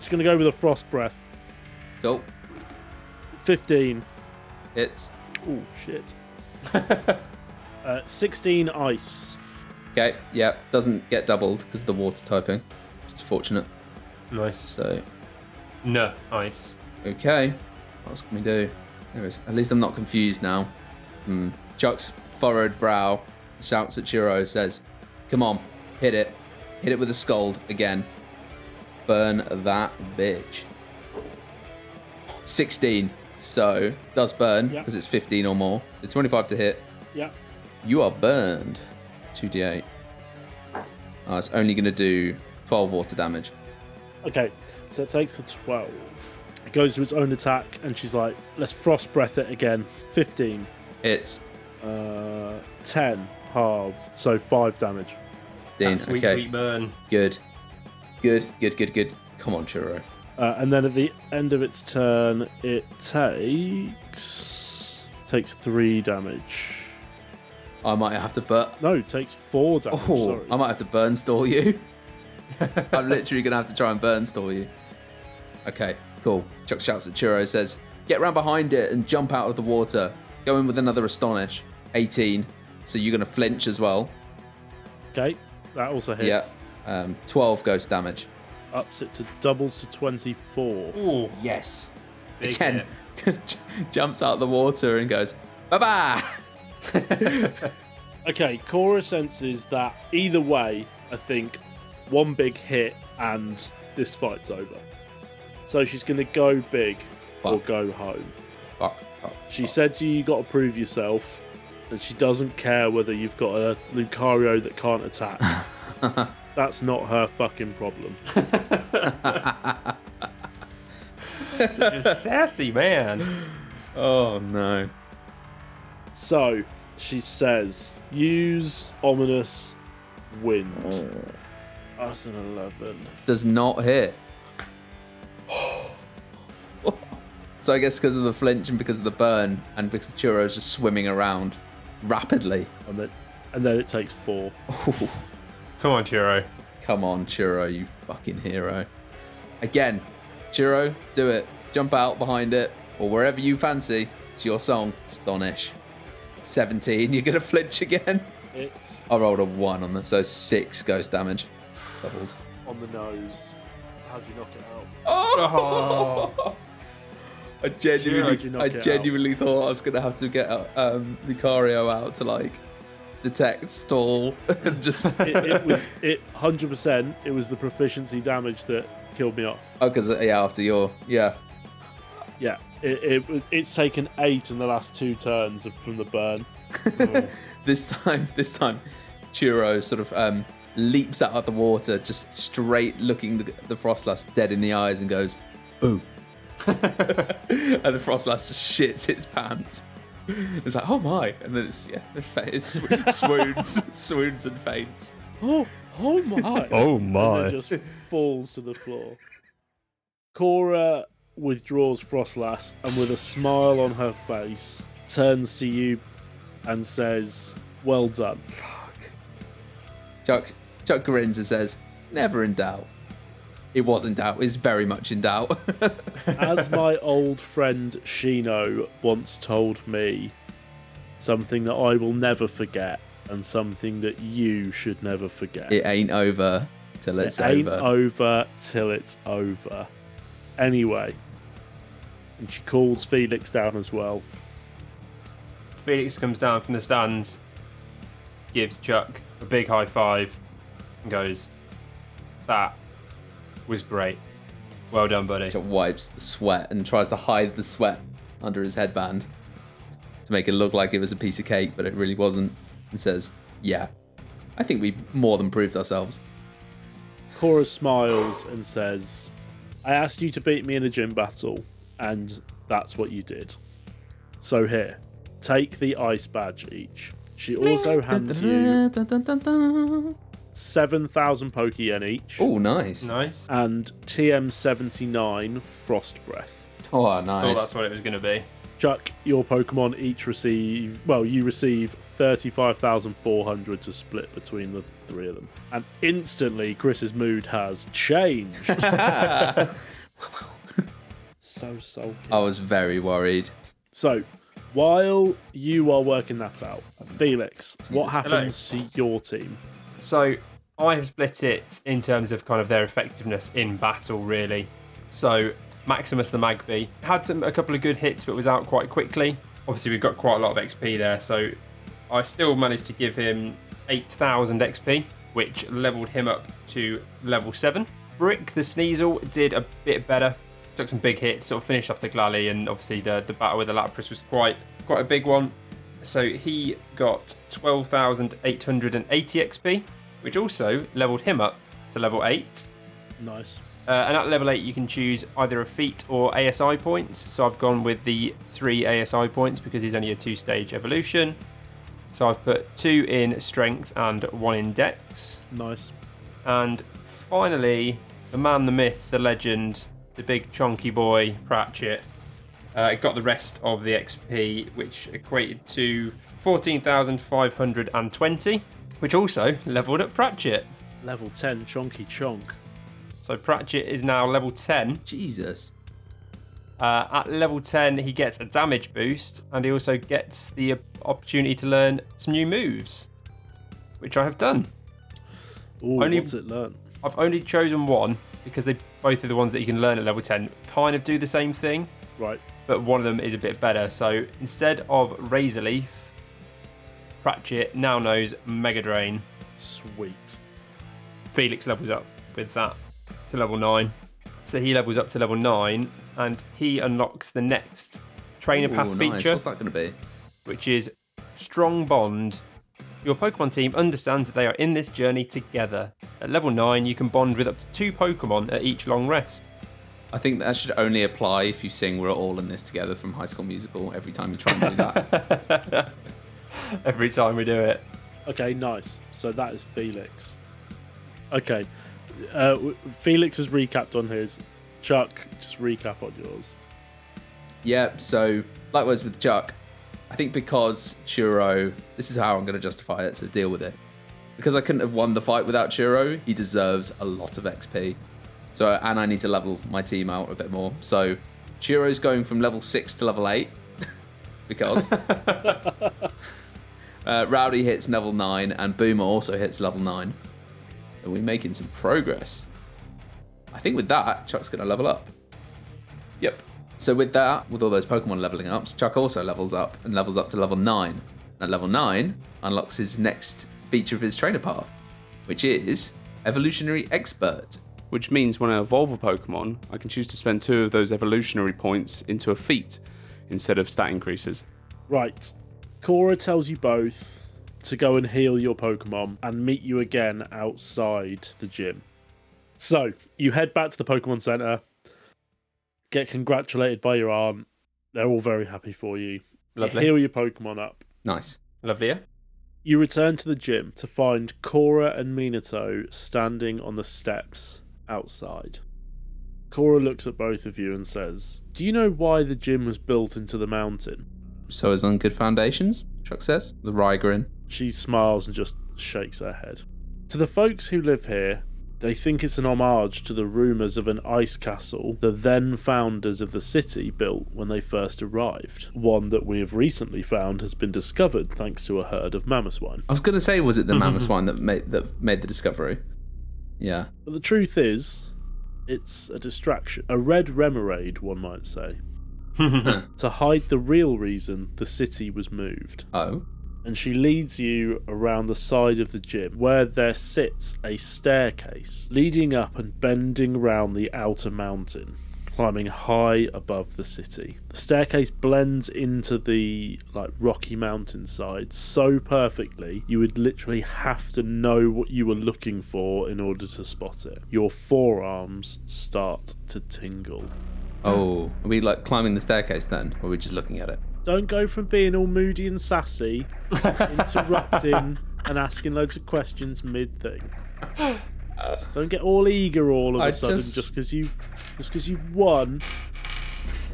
Speaker 1: she's gonna go with a frost breath.
Speaker 2: Go,
Speaker 1: 15.
Speaker 2: hits.
Speaker 1: Oh shit. uh, 16 ice.
Speaker 2: Okay, yeah, doesn't get doubled because of the water typing. It's fortunate.
Speaker 3: Nice.
Speaker 2: So,
Speaker 3: No ice.
Speaker 2: okay. What else can we do? Anyways, at least I'm not confused now. Hmm. Chuck's furrowed brow shouts at Chiro, says, Come on, hit it. Hit it with a scold again. Burn that bitch. 16. So, does burn
Speaker 1: Yeah.
Speaker 2: because it's 15 or more. The 25 to hit.
Speaker 1: Yeah.
Speaker 2: You are burned. 2d8. Uh, it's only going to do 12 water damage.
Speaker 1: Okay, so it takes the 12. It goes to its own attack, and she's like, let's frost breath it again. 15,
Speaker 2: It's
Speaker 1: uh, 10, half, so 5 damage.
Speaker 2: Dean.
Speaker 3: Sweet,
Speaker 2: okay,
Speaker 3: sweet burn.
Speaker 2: good. Good, good, good, good. Come on, Churro.
Speaker 1: Uh, and then at the end of its turn, it takes takes 3 damage.
Speaker 2: I might have to burn.
Speaker 1: No, takes 4 damage.
Speaker 2: Oh,
Speaker 1: sorry.
Speaker 2: I might have to burn stall you. I'm literally going to have to try and burn stall you. Okay, cool. Chuck shouts at Churro, says, Get round behind it and jump out of the water. Go in with another astonish. 18. So you're going to flinch as well.
Speaker 1: Okay, that also hits.
Speaker 2: Yeah. Um, 12 ghost damage.
Speaker 1: Ups it to doubles to 24.
Speaker 3: Ooh,
Speaker 2: Yes.
Speaker 3: big
Speaker 2: Ken
Speaker 3: hit.
Speaker 2: j- jumps out of the water and goes, bye bye.
Speaker 1: Okay, Cora senses that either way, I think one big hit and this fight's over. So she's going to go big or
Speaker 2: Fuck.
Speaker 1: go home.
Speaker 2: Fuck, fuck.
Speaker 1: She said to you, you got to prove yourself, and she doesn't care whether you've got a Lucario that can't attack. That's not her fucking problem.
Speaker 3: Such a sassy man.
Speaker 2: Oh no.
Speaker 1: So she says, use ominous wind. That's an 11.
Speaker 2: Does not hit. so I guess because of the flinch and because of the burn and because Churro's just swimming around rapidly.
Speaker 1: And then, and then it takes four.
Speaker 3: Come on, Chiro.
Speaker 2: Come on, Churro, you fucking hero. Again, Churro, do it. Jump out behind it or wherever you fancy. It's your song. Astonish. 17. You're going to flinch again.
Speaker 1: It's
Speaker 2: I rolled a one on that, so six ghost damage. Doubled.
Speaker 1: on the nose. How'd you knock it out?
Speaker 2: Oh! I genuinely,
Speaker 1: How'd you knock
Speaker 2: I
Speaker 1: it out?
Speaker 2: genuinely thought I was gonna have to get um, Lucario out to like detect stall and just
Speaker 1: It, it was it hundred percent. It was the proficiency damage that killed me off.
Speaker 2: oh, because yeah, after your yeah,
Speaker 1: Yeah, it, it was. It's taken eight in the last two turns of, from the burn.
Speaker 2: this time, this time, Churo sort of um, leaps out of the water, just straight looking the, the Frostlass dead in the eyes and goes, "Ooh," and the Frostlass just shits its pants. It's like, "Oh my!" And then it's yeah, it, fa- it sw- swoons, swoons and faints.
Speaker 1: Oh, oh my!
Speaker 3: Oh
Speaker 1: and then just falls to the floor. Cora withdraws Frostlass and with a smile on her face turns to you and says, "Well done."
Speaker 2: Chuck Chuck grins and says, "Never in doubt." It was in doubt. It's very much in doubt.
Speaker 1: As my old friend Shino once told me, something that I will never forget and something that you should never forget.
Speaker 2: it ain't over till it's
Speaker 1: It ain't
Speaker 2: over.
Speaker 1: over till it's over. Anyway. And she calls Felix down as well.
Speaker 3: Felix comes down from the stands, gives Chuck a big high five, and goes, That was great. Well done, buddy.
Speaker 2: Chuck wipes the sweat and tries to hide the sweat under his headband to make it look like it was a piece of cake, but it really wasn't, and says, "Yeah, I think we more than proved ourselves."
Speaker 1: Cora smiles and says, I asked you to beat me in a gym battle, and that's what you did. So here, take the ice badge each. She also hands you seven thousand poke yen each,
Speaker 2: Oh, nice!
Speaker 3: Nice.
Speaker 1: and TM seventy nine frost breath.
Speaker 2: Oh,
Speaker 3: Oh,
Speaker 2: nice!
Speaker 3: that's what it was going to be.
Speaker 1: Chuck, your Pokemon each receive well, you receive thirty five thousand four hundred to split between the three of them. And instantly, Chris's mood has changed. so sulky.
Speaker 2: I was very worried.
Speaker 1: So, while you are working that out, Felix, what happens to your team?
Speaker 3: So I have split it in terms of kind of their effectiveness in battle, really. So Maximus the Magpie had some, a couple of good hits, but was out quite quickly. Obviously, we've got quite a lot of XP there, so I still managed to give him 8,000 XP, which leveled him up to level seven. Brick the Sneasel did a bit better. Took some big hits, sort of finished off the Glally, and obviously the, the battle with the Lapras was quite quite a big one. So he got 12,880 XP, which also leveled him up to level 8.
Speaker 1: Nice.
Speaker 3: Uh, and at level 8, you can choose either a feat or ASI points. So I've gone with the 3 ASI points because he's only a two stage evolution. So I've put 2 in strength and 1 in dex.
Speaker 1: Nice.
Speaker 3: And finally, the man, the myth, the legend, the big chonky boy, Pratchett, uh, got the rest of the XP, which equated to 14,520, which also leveled up Pratchett.
Speaker 1: Level 10, Chonky Chonk.
Speaker 3: So Pratchett is now level 10.
Speaker 2: Jesus.
Speaker 3: Uh, at level 10, he gets a damage boost, and he also gets the opportunity to learn some new moves, which I have done.
Speaker 1: Ooh,
Speaker 3: Only-
Speaker 1: what's it learn?
Speaker 3: I've only chosen one because they both are the ones that you can learn at level 10 kind of do the same thing,
Speaker 1: Right.
Speaker 3: but one of them is a bit better. So instead of Razor Leaf, Pratchett now knows Mega Drain.
Speaker 1: Sweet.
Speaker 3: Felix levels up with that to level 9. So he levels up to level 9 and he unlocks the next trainer
Speaker 2: Ooh,
Speaker 3: path
Speaker 2: nice.
Speaker 3: feature,
Speaker 2: What's that going to be?
Speaker 3: which is Strong Bond. Your Pokemon team understands that they are in this journey together. At level 9, you can bond with up to two Pokemon at each long rest.
Speaker 2: I think that should only apply if you sing "We're all in this together" from High School Musical. Every time you try and do that,
Speaker 3: Every time we do it.
Speaker 1: Okay, nice. So that is Felix. Okay. Uh, w- Felix has recapped on his. Chuck, just recap on yours.
Speaker 2: yeah. So likewise with Chuck, I think because Churro, this is how I'm going to justify it. So deal with it. Because I couldn't have won the fight without Churro, he deserves a lot of XP. So and I need to level my team out a bit more. So Churro's going from level six to level eight because. Uh, Rowdy hits level 9 and Boomer also hits level 9. And we're making some progress. I think with that, Chuck's going to level up. Yep. So with that, with all those Pokemon leveling ups, Chuck also levels up and levels up to level 9. And at level 9, unlocks his next feature of his trainer path, which is Evolutionary Expert.
Speaker 5: which means when I evolve a Pokemon, I can choose to spend two of those evolutionary points into a feat instead of stat increases.
Speaker 1: Right. Cora tells you both to go and heal your Pokemon and meet you again outside the gym. So you head back to the Pokemon Center, get congratulated by your aunt. They're all very happy for you.
Speaker 3: Lovely.
Speaker 1: Heal your Pokemon up.
Speaker 2: Nice.
Speaker 3: Lovely, yeah?
Speaker 1: You return to the gym to find Cora and Minato standing on the steps outside. Cora looks at both of you and says, Do you know why the gym was built into the mountain?
Speaker 2: So is on good foundations, Chuck says. The Rygrin.
Speaker 1: She smiles and just shakes her head. To the folks who live here, they think it's an homage to the rumours of an ice castle the then founders of the city built when they first arrived. One that we have recently found has been discovered thanks to a herd of mamoswine.
Speaker 2: I was going to say, was it the Mammoth Swine that made, that made the discovery? Yeah.
Speaker 1: But the truth is, it's a distraction. A red remoraid, one might say. to hide the real reason the city was moved.
Speaker 2: Oh.
Speaker 1: and she leads you around the side of the gym where there sits a staircase leading up and bending round the outer mountain climbing high above the city the staircase blends into the like rocky mountainside so perfectly you would literally have to know what you were looking for in order to spot it your forearms start to tingle
Speaker 2: Oh, are we like climbing the staircase then? Or are we just looking at it?
Speaker 1: Don't go from being all moody and sassy, interrupting and asking loads of questions mid thing. Don't get all eager all of a
Speaker 2: I
Speaker 1: sudden
Speaker 2: just-
Speaker 1: just because you just because you've won.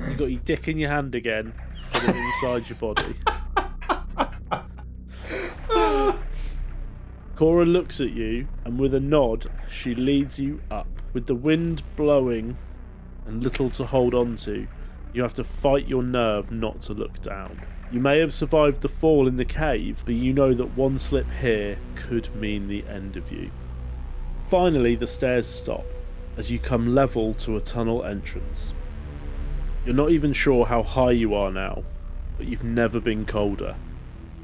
Speaker 1: You got your dick in your hand again, instead of inside your body. Cora looks at you, and with a nod, she leads you up. With the wind blowing and little to hold on to, you have to fight your nerve not to look down. You may have survived the fall in the cave, but you know that one slip here could mean the end of you. Finally, the stairs stop as you come level to a tunnel entrance. You're not even sure how high you are now, but you've never been colder.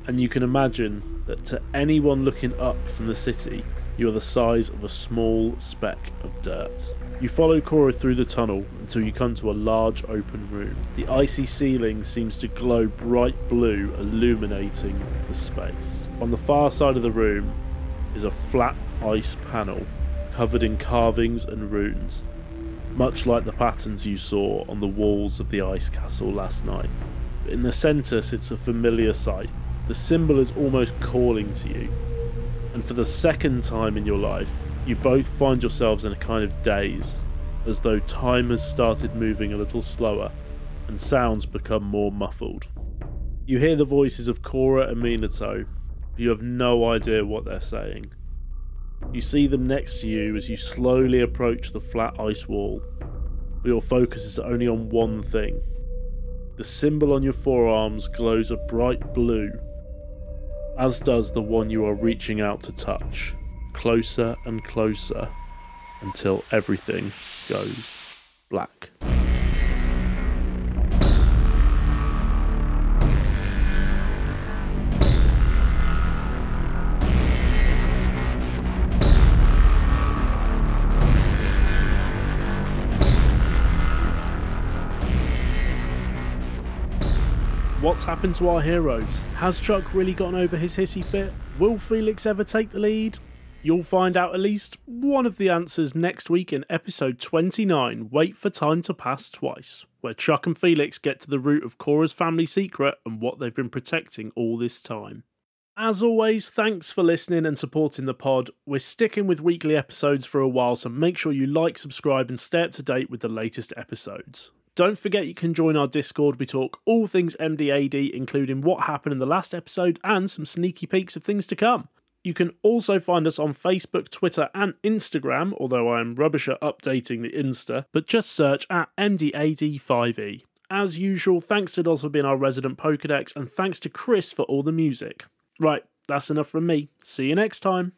Speaker 1: And you can imagine that to anyone looking up from the city, you are the size of a small speck of dirt. You follow Cora through the tunnel until you come to a large open room. The icy ceiling seems to glow bright blue, illuminating the space. On the far side of the room is a flat ice panel covered in carvings and runes, much like the patterns you saw on the walls of the ice castle last night. In the centre sits a familiar sight. The symbol is almost calling to you, and for the second time in your life, you both find yourselves in a kind of daze, as though time has started moving a little slower and sounds become more muffled. You hear the voices of Cora and Minato, but you have no idea what they're saying. You see them next to you as you slowly approach the flat ice wall, but your focus is only on one thing. The symbol on your forearms glows a bright blue as does the one you are reaching out to touch, closer and closer until everything goes black. What's happened to our heroes? Has Chuck really gotten over his hissy fit? Will Felix ever take the lead? You'll find out at least one of the answers next week in episode 29 Wait for Time to Pass Twice, where Chuck and Felix get to the root of Cora's family secret and what they've been protecting all this time. As always, thanks for listening and supporting the pod. We're sticking with weekly episodes for a while, so make sure you like, subscribe, and stay up to date with the latest episodes. Don't forget you can join our Discord. We talk all things MDAD, including what happened in the last episode and some sneaky peeks of things to come. You can also find us on Facebook, Twitter, and Instagram, although I am rubbish at updating the Insta, but just search at MDAD5E. As usual, thanks to Dos for being our resident Pokedex, and thanks to Chris for all the music. Right, that's enough from me. See you next time.